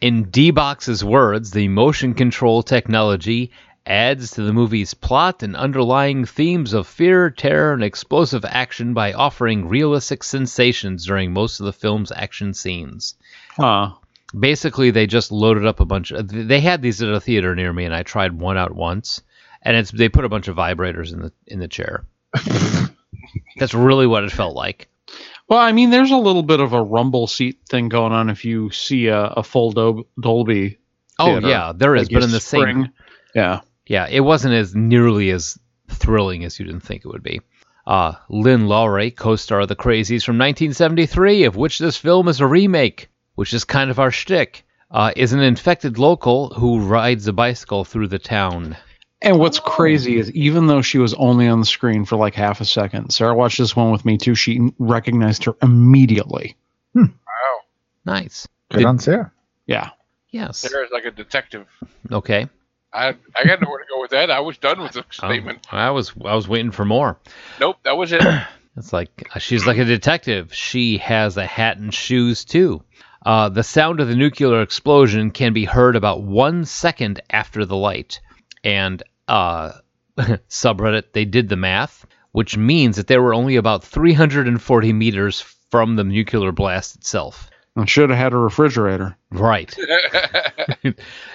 Speaker 3: in D Box's words, the motion control technology adds to the movie's plot and underlying themes of fear, terror, and explosive action by offering realistic sensations during most of the film's action scenes.
Speaker 6: Huh.
Speaker 3: Basically, they just loaded up a bunch. Of, they had these at a theater near me, and I tried one out once, and it's they put a bunch of vibrators in the in the chair. That's really what it felt like.
Speaker 6: Well, I mean, there's a little bit of a rumble seat thing going on if you see a, a full Dol- Dolby.
Speaker 3: Oh
Speaker 6: theater.
Speaker 3: yeah, there is,
Speaker 6: Like
Speaker 3: but
Speaker 6: you
Speaker 3: in the same
Speaker 6: spring. Yeah.
Speaker 3: yeah, it wasn't as nearly as thrilling as you didn't think it would be. Uh, Lynn Lowry, co-star of The Crazies from 1973, of which this film is a remake, which is kind of our shtick, uh, is an infected local who rides a bicycle through the town.
Speaker 6: And what's crazy is even though she was only on the screen for like half a second, Sarah watched this one with me too. She recognized her immediately.
Speaker 4: Wow,
Speaker 3: Nice.
Speaker 5: Good
Speaker 3: Did-
Speaker 5: on Sarah.
Speaker 6: Yeah.
Speaker 3: Yes.
Speaker 4: Sarah's like a detective.
Speaker 3: Okay.
Speaker 4: I, I got nowhere to go with that. I was done with the
Speaker 3: Um,
Speaker 4: statement.
Speaker 3: I was I was waiting for more.
Speaker 4: nope, that was it.
Speaker 3: It's like uh, she's like a detective. She has a hat and shoes too. Uh, the sound of the nuclear explosion can be heard about one second after the light. And uh, subreddit, they did the math, which means that they were only about 340 meters from the nuclear blast itself.
Speaker 6: And should have had a refrigerator.
Speaker 3: Right.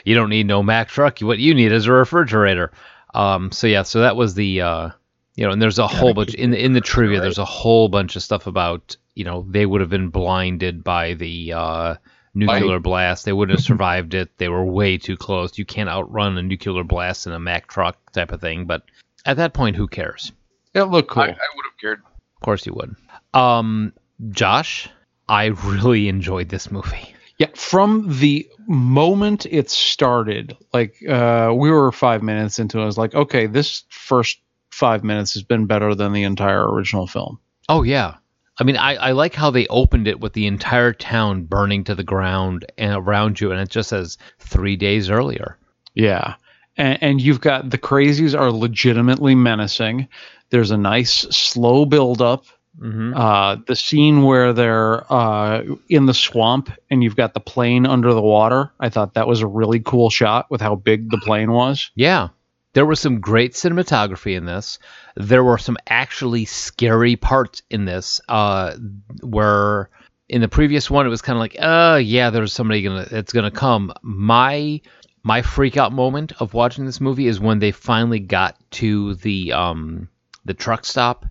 Speaker 3: you don't need no Mack truck. What you need is a refrigerator. Um, so yeah, so that was the uh, you know, and there's a whole bunch in the in the trivia. There's a whole bunch of stuff about you know they would have been blinded by the uh, nuclear blast. They wouldn't have survived it. They were way too close. You can't outrun a nuclear blast in a Mack truck type of thing. But at that point, who cares?
Speaker 6: It looked cool.
Speaker 4: I, I would have cared.
Speaker 3: Of course you would. Um, Josh, I really enjoyed this movie.
Speaker 6: Yeah, from the moment it started, like uh, we were five minutes into it, I was like, okay, this first five minutes has been better than the entire original film.
Speaker 3: Oh yeah. I mean, I, I like how they opened it with the entire town burning to the ground and around you, and it just says three days earlier.
Speaker 6: Yeah. And, and you've got the crazies are legitimately menacing. There's a nice slow build up.
Speaker 3: Mm-hmm.
Speaker 6: Uh, the scene where they're uh, in the swamp and you've got the plane under the water. I thought that was a really cool shot with how big the plane was.
Speaker 3: Yeah, there was some great cinematography in this. There were some actually scary parts in this. Uh, where in the previous one it was kind of like, oh yeah, there's somebody gonna that's gonna come. My my freak out moment of watching this movie is when they finally got to the um the truck stop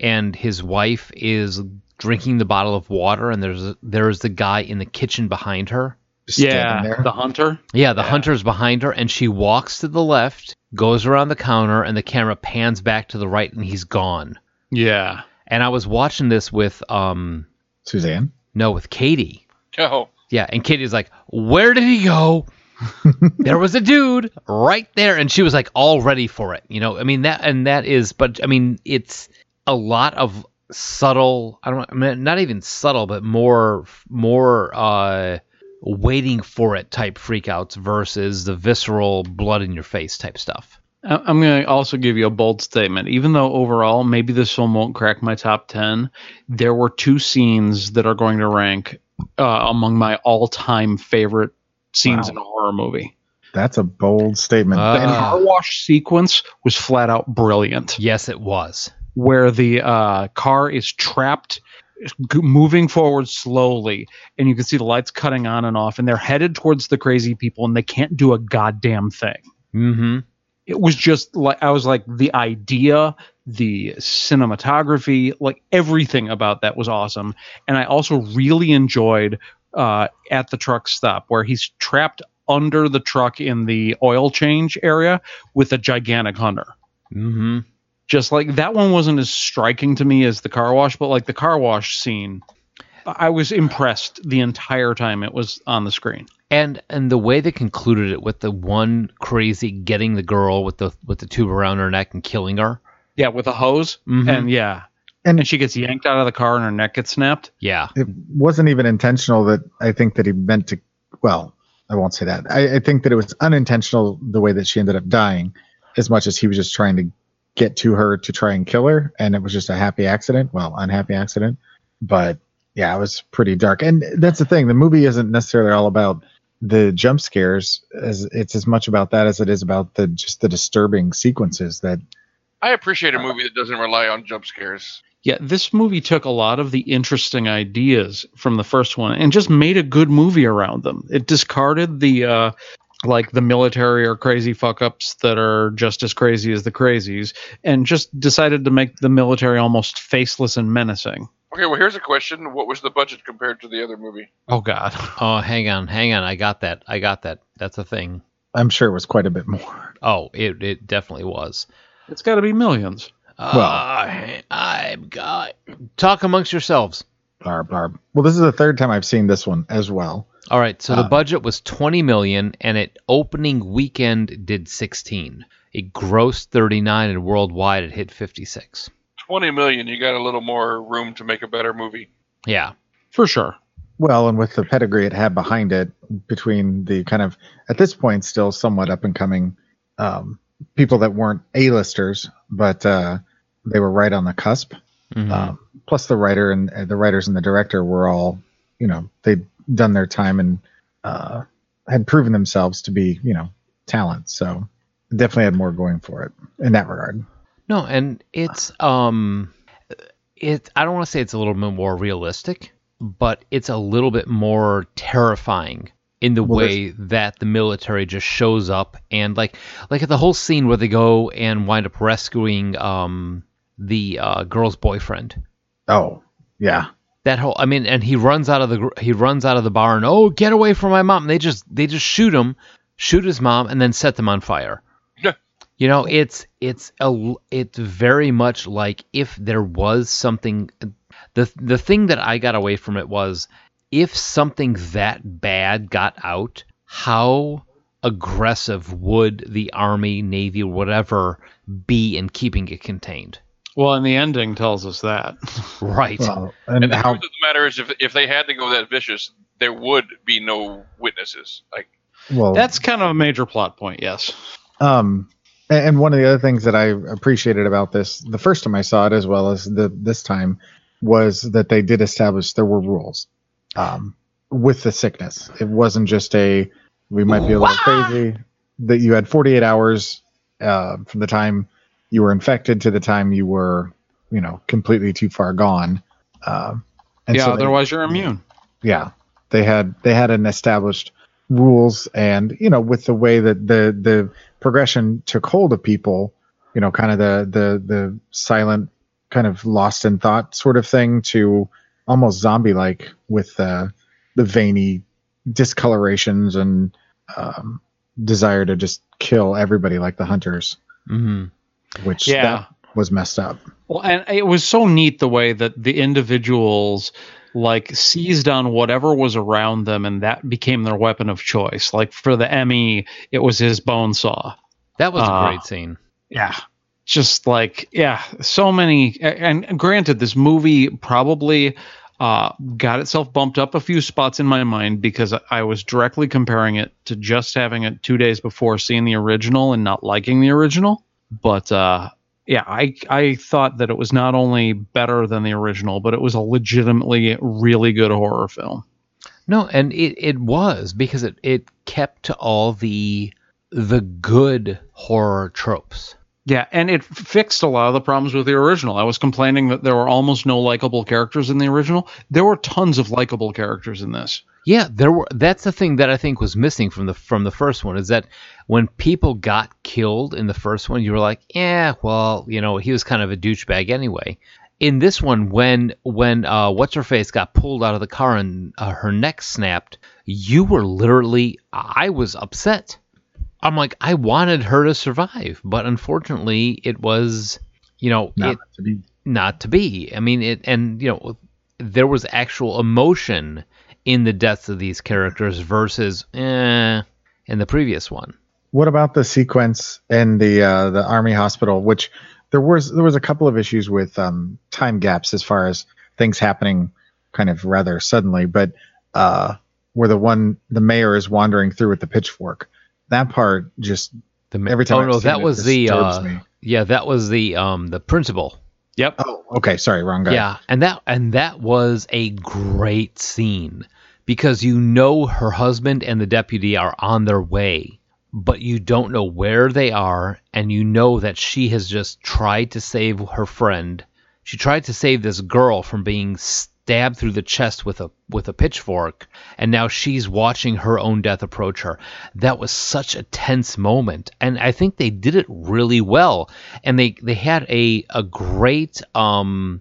Speaker 3: and his wife is drinking the bottle of water, and there's there's the guy in the kitchen behind her.
Speaker 5: Just
Speaker 6: Yeah,
Speaker 5: standing there.
Speaker 6: the hunter.
Speaker 3: Yeah, the hunter's behind her, and she walks to the left, goes around the counter, and the camera pans back to the right, and he's gone.
Speaker 6: Yeah,
Speaker 3: And I was watching this with um
Speaker 5: Suzanne.
Speaker 3: no with Katie.
Speaker 4: No.
Speaker 3: Yeah, and Katie's like, "Where did he go?" there was a dude right there, and she was like, all ready for it. You know, I mean that, and that is, but I mean, it's a lot of subtle. I don't, I mean, not even subtle, but more, more uh, waiting for it type freakouts versus the visceral blood in your face type stuff.
Speaker 6: I- I'm going to also give you a bold statement. Even though overall, maybe this film won't crack my top 10, there were two scenes that are going to rank uh, among my all time favorite scenes
Speaker 5: Wow.
Speaker 6: in a horror movie.
Speaker 5: That's a bold statement.
Speaker 3: Uh,
Speaker 6: the car wash sequence was flat out brilliant,
Speaker 3: Yes, it was.
Speaker 6: where the uh, car is trapped. g- Moving forward slowly, and you can see the lights cutting on and off, and they're headed towards the crazy people, and they can't do a goddamn thing
Speaker 3: Mm-hmm.
Speaker 6: it was just like I was like the idea, the cinematography, like everything about that was awesome. And I also really enjoyed uh, at the truck stop where he's trapped under the truck in the oil change area with a gigantic hunter.
Speaker 3: Mm-hmm.
Speaker 6: Just like that one wasn't as striking to me as the car wash, but like the car wash scene, I was impressed the entire time it was on the screen.
Speaker 3: And and the way they concluded it with the one crazy getting the girl with the with the tube around her neck and killing her.
Speaker 6: Yeah, with a hose,
Speaker 3: Mhm.
Speaker 6: and yeah,
Speaker 5: And-
Speaker 6: and she gets yanked out of the car and her neck gets snapped.
Speaker 3: Yeah.
Speaker 5: it wasn't even intentional that I think that he meant to. Well, I won't say that. I, I think that it was unintentional the way that she ended up dying, as much as he was just trying to get to her to try and kill her, and it was just a happy accident. Well, unhappy accident, but yeah, it was pretty dark. And that's the thing. The movie isn't necessarily all about the jump scares as it's as much about that as it is about the just the disturbing sequences that
Speaker 4: I appreciate
Speaker 5: Uh-huh.
Speaker 4: a movie that doesn't rely on jump scares.
Speaker 6: Yeah, this movie took a lot of the interesting ideas from the first one and just made a good movie around them. It discarded the uh like the military or crazy fuck ups that are just as crazy as the crazies and just decided to make the military almost faceless and menacing.
Speaker 4: Okay, well, here's a question. What was the budget compared to the other movie?
Speaker 6: Oh god.
Speaker 3: Oh, hang on, hang on. I got that. I got that. That's a thing.
Speaker 5: I'm sure was quite a bit more.
Speaker 3: Oh, it, it definitely was.
Speaker 6: It's got to be millions.
Speaker 5: Well-
Speaker 3: Uh, I've got. Talk amongst yourselves.
Speaker 5: Barb, barb. Well, this is the third time I've seen this one as well.
Speaker 3: All right, so the
Speaker 5: Uh,
Speaker 3: budget was 20 million and it opening weekend did 16. It grossed 39 and worldwide it hit 56.
Speaker 4: 20 million. You got a little more room to make a better movie.
Speaker 3: Yeah.
Speaker 6: For sure.
Speaker 5: Well, and with the pedigree it had behind it, between the kind of at this point still somewhat up and coming um, people that weren't A-listers, but uh, they were right on the cusp.
Speaker 3: Mhm.
Speaker 5: Um, plus, the writer and uh, the writers and the director were all, you know, they'd done their time and uh, had proven themselves to be, you know, talent. So definitely had more going for it in that regard.
Speaker 3: no, and it's um it I don't want to say it's a little bit more realistic, but it's a little bit more terrifying in the
Speaker 5: Well,
Speaker 3: way that the military just shows up and like like at the whole scene where they go and wind up rescuing um the uh, girl's boyfriend.
Speaker 5: Oh, yeah.
Speaker 3: That whole I mean and he runs out of the gr- he runs out of the bar and oh get away from my mom. And they just they just shoot him, shoot his mom and then set them on fire.
Speaker 4: Yeah.
Speaker 3: You know, it's it's a l- it's very much like if there was something the the thing that I got away from it was if something that bad got out, how aggressive would the army, navy, whatever be in keeping it contained?
Speaker 6: Well, and the ending tells us that.
Speaker 3: Right.
Speaker 5: Well, and,
Speaker 4: And the
Speaker 5: how
Speaker 4: truth of the matter is, if, if they had to go that vicious, there would be no witnesses. Like,
Speaker 5: well
Speaker 6: That's kind of a major plot point, yes.
Speaker 5: Um, a- and one of the other things that I appreciated about this, the first time I saw it, as well as the this time, was that they did establish there were rules um, with the sickness. It wasn't just a we might be a little crazy. That you had 48 hours uh, from the time you were infected to the time you were, you know, completely too far gone. Um, and
Speaker 6: yeah,
Speaker 5: so they-
Speaker 6: otherwise you're immune.
Speaker 5: yeah they had they had an established rules and you know with the way that the the progression took hold of people you know kind of the the the silent kind of lost in thought sort of thing to almost zombie like with uh, the veiny discolorations and um, desire to just kill everybody like the hunters,
Speaker 3: hmm
Speaker 5: which
Speaker 6: Yeah.
Speaker 5: that was messed up.
Speaker 6: Well, and it was so neat the way that the individuals like seized on whatever was around them, and that became their weapon of choice. Like for the Emmy, it was his bone saw.
Speaker 3: That was
Speaker 6: Ah.
Speaker 3: a great scene.
Speaker 6: yeah just like yeah so many and granted this movie probably uh, got itself bumped up a few spots in my mind because i was directly comparing it to just having it two days before seeing the original and not liking the original but uh, yeah I, I thought that it was not only better than the original but it was a legitimately really good horror film
Speaker 3: No, and it, it was because it, it kept to all the the good horror tropes.
Speaker 6: Yeah, and it fixed a lot of the problems with the original. I was complaining that there were almost no likable characters in the original. There were tons of likable characters in this.
Speaker 3: Yeah, there were. That's the thing that I think was missing from the from the first one is that when people got killed in the first one, you were like, yeah, well, you know, he was kind of a douchebag anyway. In this one, when when uh, what's her face got pulled out of the car and uh, her neck snapped, you were literally. I was upset. I'm like, I wanted her to survive, but unfortunately, it was, you know,
Speaker 5: Not
Speaker 3: it,
Speaker 5: to be
Speaker 3: not to be. I mean, it, and you know, there was actual emotion in the deaths of these characters versus eh, in the previous one.
Speaker 5: What about the sequence in the uh, the army hospital? Which there was there was a couple of issues with um, time gaps as far as things happening kind of rather suddenly, but uh, where the one the mayor is wandering through with the pitchfork, that part just
Speaker 3: The ma-
Speaker 5: every time.
Speaker 3: Oh
Speaker 5: I've
Speaker 3: no,
Speaker 5: seen
Speaker 3: that
Speaker 5: it
Speaker 3: was the
Speaker 5: disturbs
Speaker 3: uh,
Speaker 5: me.
Speaker 3: yeah, that was the um the principal.
Speaker 6: Yep.
Speaker 5: Oh, okay, sorry, wrong guy.
Speaker 3: Yeah, and that and that was a great scene because you know her husband and the deputy are on their way, but you don't know where they are, and you know that she has just tried to save her friend. She tried to save this girl from being stabbed through the chest with a with a pitchfork, and now she's watching her own death approach her. That was such a tense moment, and I think they did it really well. And they they had a a great um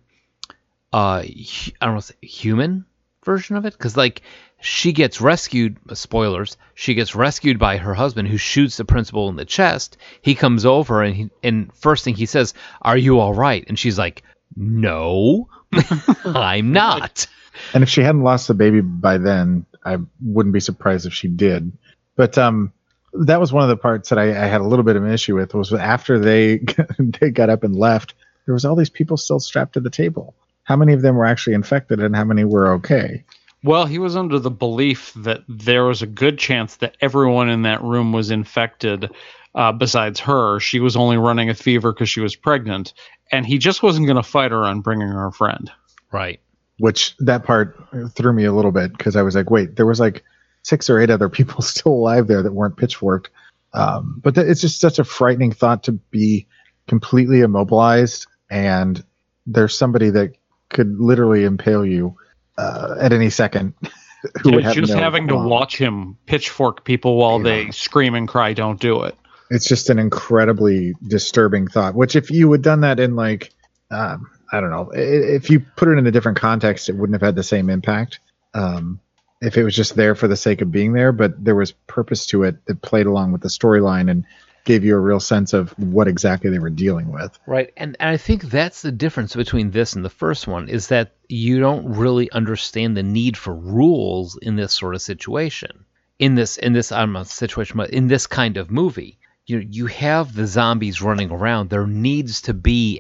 Speaker 3: uh hu- I don't know human version of it because like she gets rescued uh, spoilers she gets rescued by her husband who shoots the principal in the chest he comes over and he, and first thing he says are you all right and she's like no i'm not
Speaker 5: And if she hadn't lost the baby by then, I wouldn't be surprised if she did. But um, that was one of the parts that I, I had a little bit of an issue with was after they they got up and left, there was all these people still strapped to the table. How many of them were actually infected, and how many were okay?
Speaker 6: Well, he was under the belief that there was a good chance that everyone in that room was infected uh, besides her. She was only running a fever because she was pregnant, and he just wasn't going to fight her on bringing her a friend.
Speaker 3: right
Speaker 5: Which that part threw me a little bit because I was like, wait, there was like six or eight other people still alive there that weren't pitchforked. Um, but that it's just such a frightening thought to be completely immobilized and there's somebody that could literally impale you uh, at any second. who would have
Speaker 6: just
Speaker 5: no
Speaker 6: having to
Speaker 5: qualm.
Speaker 6: watch him pitchfork people while
Speaker 5: Yeah.
Speaker 6: they scream and cry, "Don't do it."
Speaker 5: It's just an incredibly disturbing thought. Which, if you had done that in like, um, I don't know, i- if you put it in a different context, it wouldn't have had the same impact. Um, if it was just there for the sake of being there, but there was purpose to it that played along with the storyline and gave you a real sense of what exactly they were dealing with.
Speaker 3: Right, and, and I think that's the difference between this and the first one is that you don't really understand the need for rules in this sort of situation. In this, in this, I'm not situation, but in this kind of movie, you you have the zombies running around. There needs to be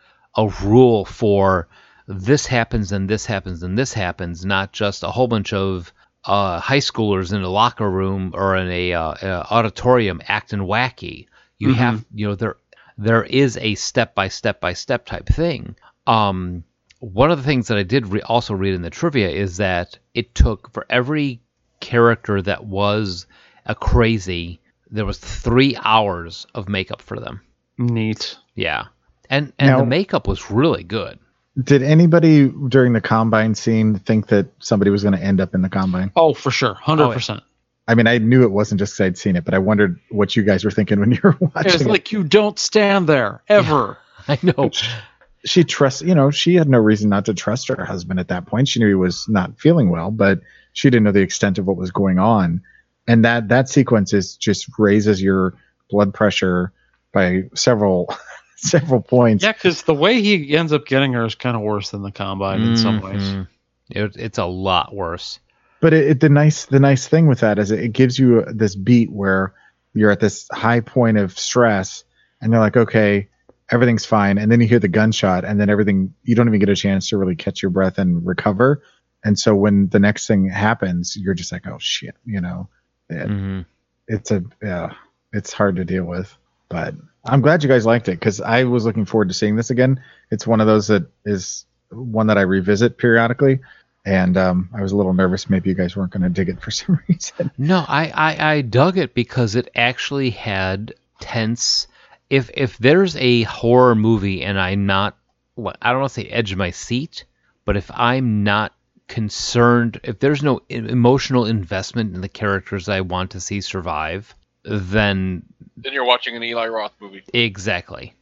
Speaker 3: a a rule for this happens and this happens and this happens, not just a whole bunch of uh, high schoolers in a locker room or in a, uh, uh, auditorium acting wacky. You have, you know, there there is a step by step by step type thing. Um, one of the things that I did re- also read in the trivia is that it took for every character that was a crazy, there was three hours of makeup for them.
Speaker 6: Neat.
Speaker 3: Yeah, and and
Speaker 5: Now-
Speaker 3: the makeup was really good.
Speaker 5: Did anybody during the combine scene think that somebody was going to end up in the combine?
Speaker 6: Oh, for sure, hundred percent.
Speaker 5: I mean, I knew it wasn't just 'cause I'd seen it, but I wondered what you guys were thinking when you were watching.
Speaker 6: It was
Speaker 5: it.
Speaker 6: like you don't stand there ever.
Speaker 3: I know.
Speaker 5: she trusts, you know, she had no reason not to trust her husband at that point. She knew he was not feeling well, but she didn't know the extent of what was going on. And that that sequence is just raises your blood pressure by several several points.
Speaker 6: Yeah, because the way he ends up getting her is kind of worse than the combine in some ways.
Speaker 3: Mhm. It- it's a lot worse.
Speaker 5: But it, it, the nice the nice thing with that is it, it gives you this beat where you're at this high point of stress, and they're like, okay, everything's fine, and then you hear the gunshot, and then everything you don't even get a chance to really catch your breath and recover. And so when the next thing happens, you're just like, oh shit, you know, Yeah.
Speaker 3: Mhm.
Speaker 5: it's a yeah, it's hard to deal with. But I'm glad you guys liked it because I was looking forward to seeing this again. It's one of those that is one that I revisit periodically, and um, I was a little nervous. Maybe you guys weren't going to dig it for some reason.
Speaker 3: No, I, I I dug it because it actually had tense. If if there's a horror movie and I'm not, well, I don't want to say edge of my seat, but if I'm not concerned, if there's no e- emotional investment in the characters I want to see survive, then
Speaker 4: Then you're watching an Eli Roth movie.
Speaker 3: exactly.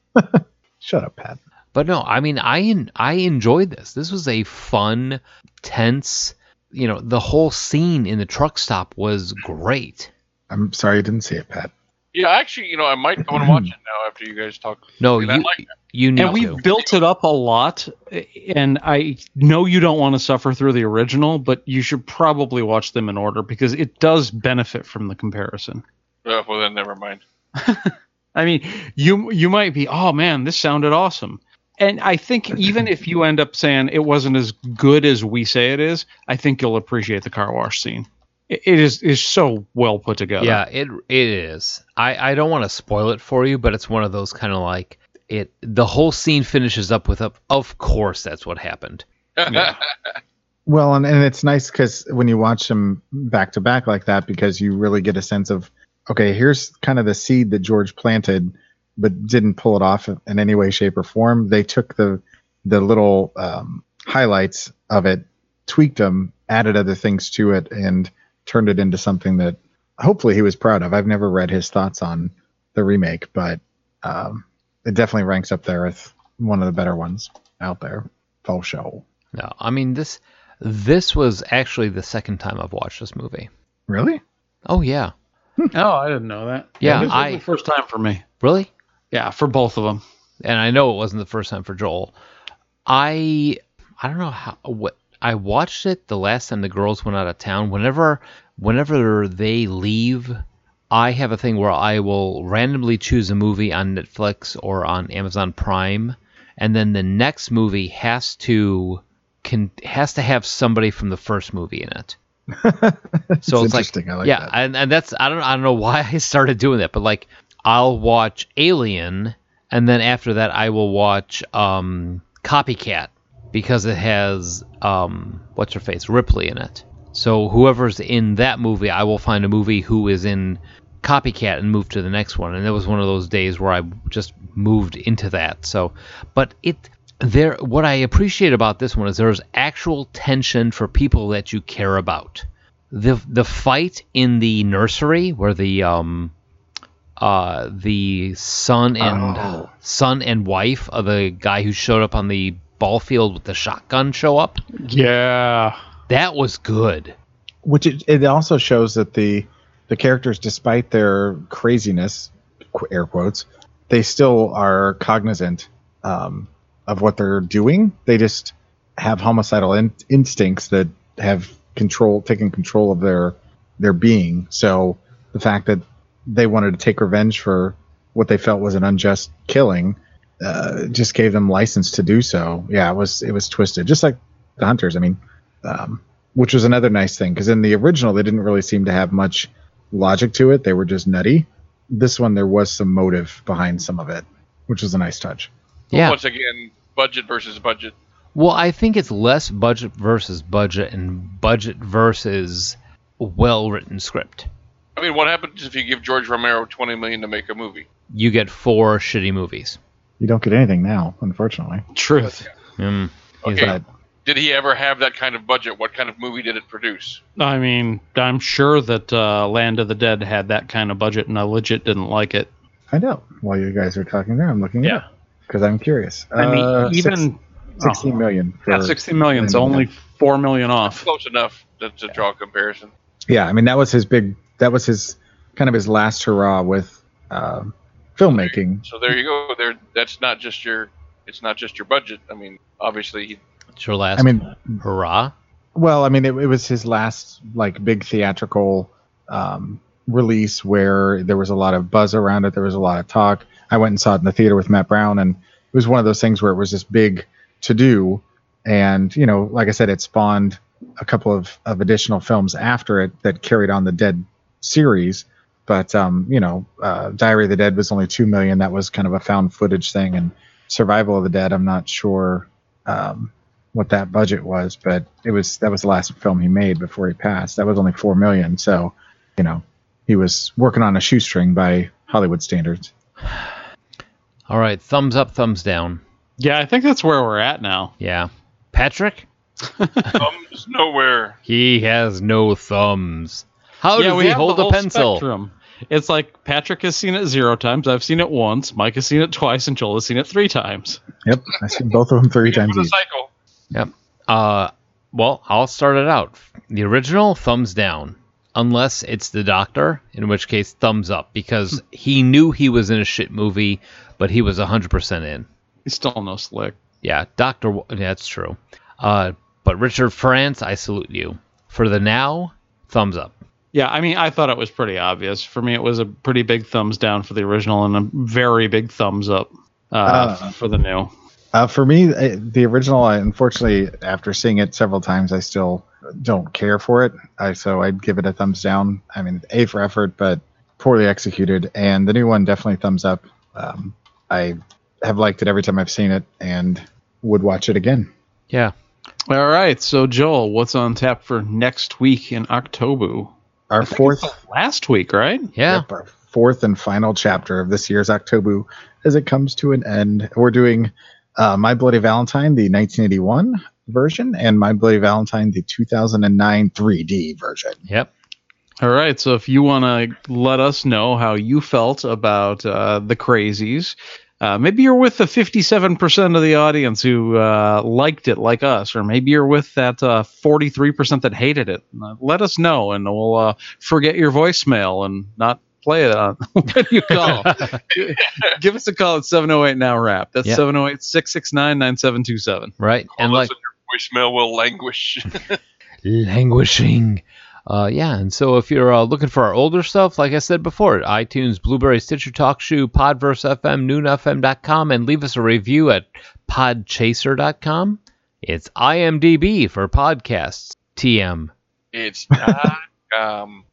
Speaker 5: Shut up, Pat.
Speaker 3: But no, I mean I en- I enjoyed this. This was a fun, tense. You know, the whole scene in the truck stop was great.
Speaker 5: I'm sorry you didn't see it, Pat.
Speaker 4: Yeah, actually, you know, I might want to watch it now after you guys talk.
Speaker 3: No,
Speaker 4: And I
Speaker 3: you
Speaker 4: like that.
Speaker 3: you need
Speaker 6: and we
Speaker 3: to.
Speaker 6: built it up a lot. And I know you don't want to suffer through the original, but you should probably watch them in order because it does benefit from the comparison.
Speaker 4: Oh, well, then never mind.
Speaker 6: I mean, you you might be, oh man, this sounded awesome. And I think even if you end up saying it wasn't as good as we say it is, I think you'll appreciate the car wash scene. It, it is is so well put together.
Speaker 3: Yeah, it it is. I I don't want to spoil it for you, but it's one of those kind of like it. The whole scene finishes up with up. Of course, that's what happened.
Speaker 5: Well, and, and it's nice because when you watch them back to back like that, because you really get a sense of, okay, here's kind of the seed that George planted, but didn't pull it off in any way, shape, or form. They took the the little um, highlights of it, tweaked them, added other things to it, and turned it into something that hopefully he was proud of. I've never read his thoughts on the remake, but um, it definitely ranks up there with one of the better ones out there. Full show.
Speaker 3: No, I mean this. This was actually the second time I've watched this movie.
Speaker 5: Really?
Speaker 3: Oh yeah,
Speaker 6: Oh, I didn't know that.
Speaker 3: Yeah,
Speaker 6: this was
Speaker 3: I-
Speaker 6: the first time for me.
Speaker 3: really?
Speaker 6: Yeah, for both of them.
Speaker 3: and I know it wasn't the first time for Joel. I I don't know how what I watched it the last time the girls went out of town. Whenever whenever they leave, I have a thing where I will randomly choose a movie on Netflix or on Amazon Prime, and then the next movie has to can has to have somebody from the first movie in it. so it's
Speaker 5: interesting.
Speaker 3: like,
Speaker 5: I like
Speaker 3: yeah,
Speaker 5: that.
Speaker 3: and, and that's I don't I don't know why I started doing that, but like I'll watch Alien, and then after that I will watch um, Copycat because it has um, what's her face Ripley in it. So whoever's in that movie, I will find a movie who is in Copycat and move to the next one. And that was one of those days where I just moved into that. So, but it there what I appreciate about this one is there's actual tension for people that you care about the the fight in the nursery where the um uh the son and
Speaker 5: Oh.
Speaker 3: son and wife of the guy who showed up on the ball field with the shotgun show up
Speaker 6: Yeah.
Speaker 3: that was good
Speaker 5: which it, it also shows that the the characters despite their craziness qu- air quotes they still are cognizant um, of what they're doing they just have homicidal in- instincts that have control taken control of their their being so the fact that they wanted to take revenge for what they felt was an unjust killing uh, just gave them license to do so yeah it was it was twisted just like the hunters i mean um, which was another nice thing because in the original they didn't really seem to have much logic to it they were just nutty this one there was some motive behind some of it which was a nice touch
Speaker 3: yeah
Speaker 4: Once again, budget versus budget.
Speaker 3: well i think it's less budget versus budget and budget versus well written script
Speaker 4: I mean, what happens if you give George Romero twenty million to make a movie?
Speaker 3: you get four shitty movies
Speaker 5: you don't get anything now unfortunately
Speaker 6: Truth.
Speaker 3: Mm. He's
Speaker 4: Okay.
Speaker 3: like,
Speaker 5: but
Speaker 4: Did he ever have that kind of budget? What kind of movie did it produce?
Speaker 6: I mean, I'm sure that uh, Land of the Dead had that kind of budget, and I legit didn't like it.
Speaker 5: i know while you guys are talking there i'm looking yeah because I'm curious.
Speaker 6: I mean,
Speaker 5: Uh, six-
Speaker 6: even oh,
Speaker 5: 16 million for-
Speaker 6: yeah, sixty million is
Speaker 5: for-
Speaker 6: only four million off.
Speaker 4: Close enough to, to draw a comparison.
Speaker 5: yeah i mean that was his big that was his kind of his last hurrah with uh, filmmaking
Speaker 4: So there you go. There, that's not just your. It's not just your budget. I mean, obviously, he-
Speaker 3: It's your last
Speaker 5: i mean
Speaker 3: hurrah.
Speaker 5: well i mean it, it was his last like big theatrical um, release where there was a lot of buzz around it there was a lot of talk i went and saw it in the theater with matt brown and it was one of those things where it was this big to do and you know like i said it spawned a couple of, of additional films after it that carried on the dead series but um, you know uh, diary of the dead was only 2 million that was kind of a found footage thing and survival of the dead i'm not sure um, what that budget was but it was that was the last film he made before he passed that was only 4 million so you know he was working on a shoestring by hollywood standards
Speaker 3: All right, thumbs up, thumbs down.
Speaker 6: Yeah, I think that's where we're at now.
Speaker 3: Yeah. Patrick?
Speaker 4: thumbs nowhere.
Speaker 3: He has no thumbs. How
Speaker 6: yeah,
Speaker 3: does
Speaker 6: we
Speaker 3: he
Speaker 6: Oh, have
Speaker 3: hold a
Speaker 6: the whole
Speaker 3: pencil?
Speaker 6: Spectrum. It's like Patrick has seen it zero times. I've seen it once. Mike has seen it twice, and Joel has seen it three times.
Speaker 5: yep i seen both of them three
Speaker 4: It's
Speaker 5: times
Speaker 4: a
Speaker 3: Mm-hmm.
Speaker 5: each
Speaker 4: cycle.
Speaker 3: Yep. Uh, well, I'll start it out. The original, thumbs down. Unless it's the doctor, in which case, thumbs up, because he knew he was in a shit movie, but he was 100% in.
Speaker 6: He's still no slick.
Speaker 3: Yeah, Doctor. Wa- yeah, That's true. Uh, but Richard France, I salute you for the now. Thumbs up.
Speaker 6: Yeah, I mean, I thought it was pretty obvious. For me, it was a pretty big thumbs down for the original and a very big thumbs up uh, for the new.
Speaker 5: Uh, for me, I- the original, I, unfortunately, after seeing it several times, I still don't care for it. I, so I'd give it a thumbs down. I mean, A for effort, but poorly executed. And the new one definitely thumbs up. Um, I have liked it every time I've seen it and would watch it again.
Speaker 3: Yeah.
Speaker 6: All right, so Joel, what's on tap for next week in October?
Speaker 5: Our fourth,
Speaker 6: Last week, right?
Speaker 3: Yeah.
Speaker 5: yep, our fourth and final chapter of this year's October as it comes to an end. We're doing uh, My Bloody Valentine, the 1981 version, and My Bloody Valentine, the 2009 3D version.
Speaker 3: Yep.
Speaker 6: All right, so if you want to let us know how you felt about uh, the crazies, uh, maybe you're with the 57% of the audience who uh, liked it like us, or maybe you're with that uh, 43% that hated it. Uh, let us know, and we'll uh, forget your voicemail and not play it on when you call. Give us a call at 708 Now Rap. That's
Speaker 3: Yeah.
Speaker 6: 708 669 9727.
Speaker 3: Right. and like
Speaker 4: Unless your voicemail will languish.
Speaker 3: languishing. Uh, yeah, and so if you're uh, looking for our older stuff, like I said before, iTunes, Blueberry, Stitcher, TalkShoe, Podverse FM, NoonFM.com, and leave us a review at PodChaser.com. It's IMDb for podcasts. TM.
Speaker 4: it's not. Um,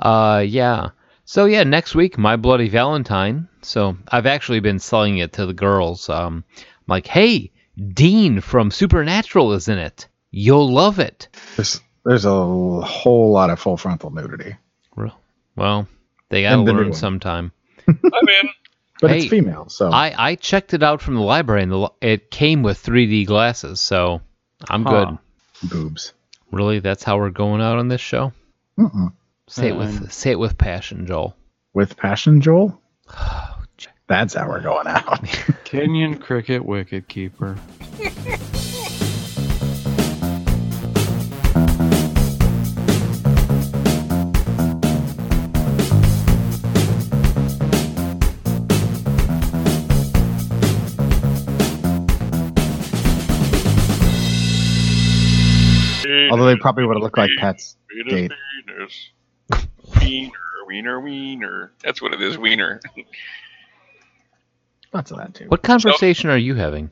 Speaker 3: Uh, yeah. So yeah, next week, my bloody Valentine. So I've actually been selling it to the girls. Um, I'm like, hey, Dean from Supernatural is in it. You'll love it.
Speaker 5: There's there's a l- whole lot of full frontal nudity,
Speaker 3: Well, they gotta
Speaker 5: And the new
Speaker 3: learn
Speaker 5: one.
Speaker 3: sometime.
Speaker 4: I'm in.
Speaker 5: but
Speaker 3: Hey,
Speaker 5: it's female, so
Speaker 3: I I checked it out from the library, and the, li- it came with 3D glasses. So I'm
Speaker 6: Huh.
Speaker 3: good.
Speaker 5: boobs.
Speaker 3: Really, that's how we're going out on this show.
Speaker 5: Mm-mm.
Speaker 3: Say it with say it with passion, Joel.
Speaker 5: With passion, Joel. That's how we're going out.
Speaker 6: Kenyon Cricket Wicket Keeper.
Speaker 5: Although they probably would have looked like pets.
Speaker 4: Venus, Venus. Wiener, wiener, wiener. That's what it is, wiener.
Speaker 5: Lots of that too.
Speaker 3: What conversation are you having?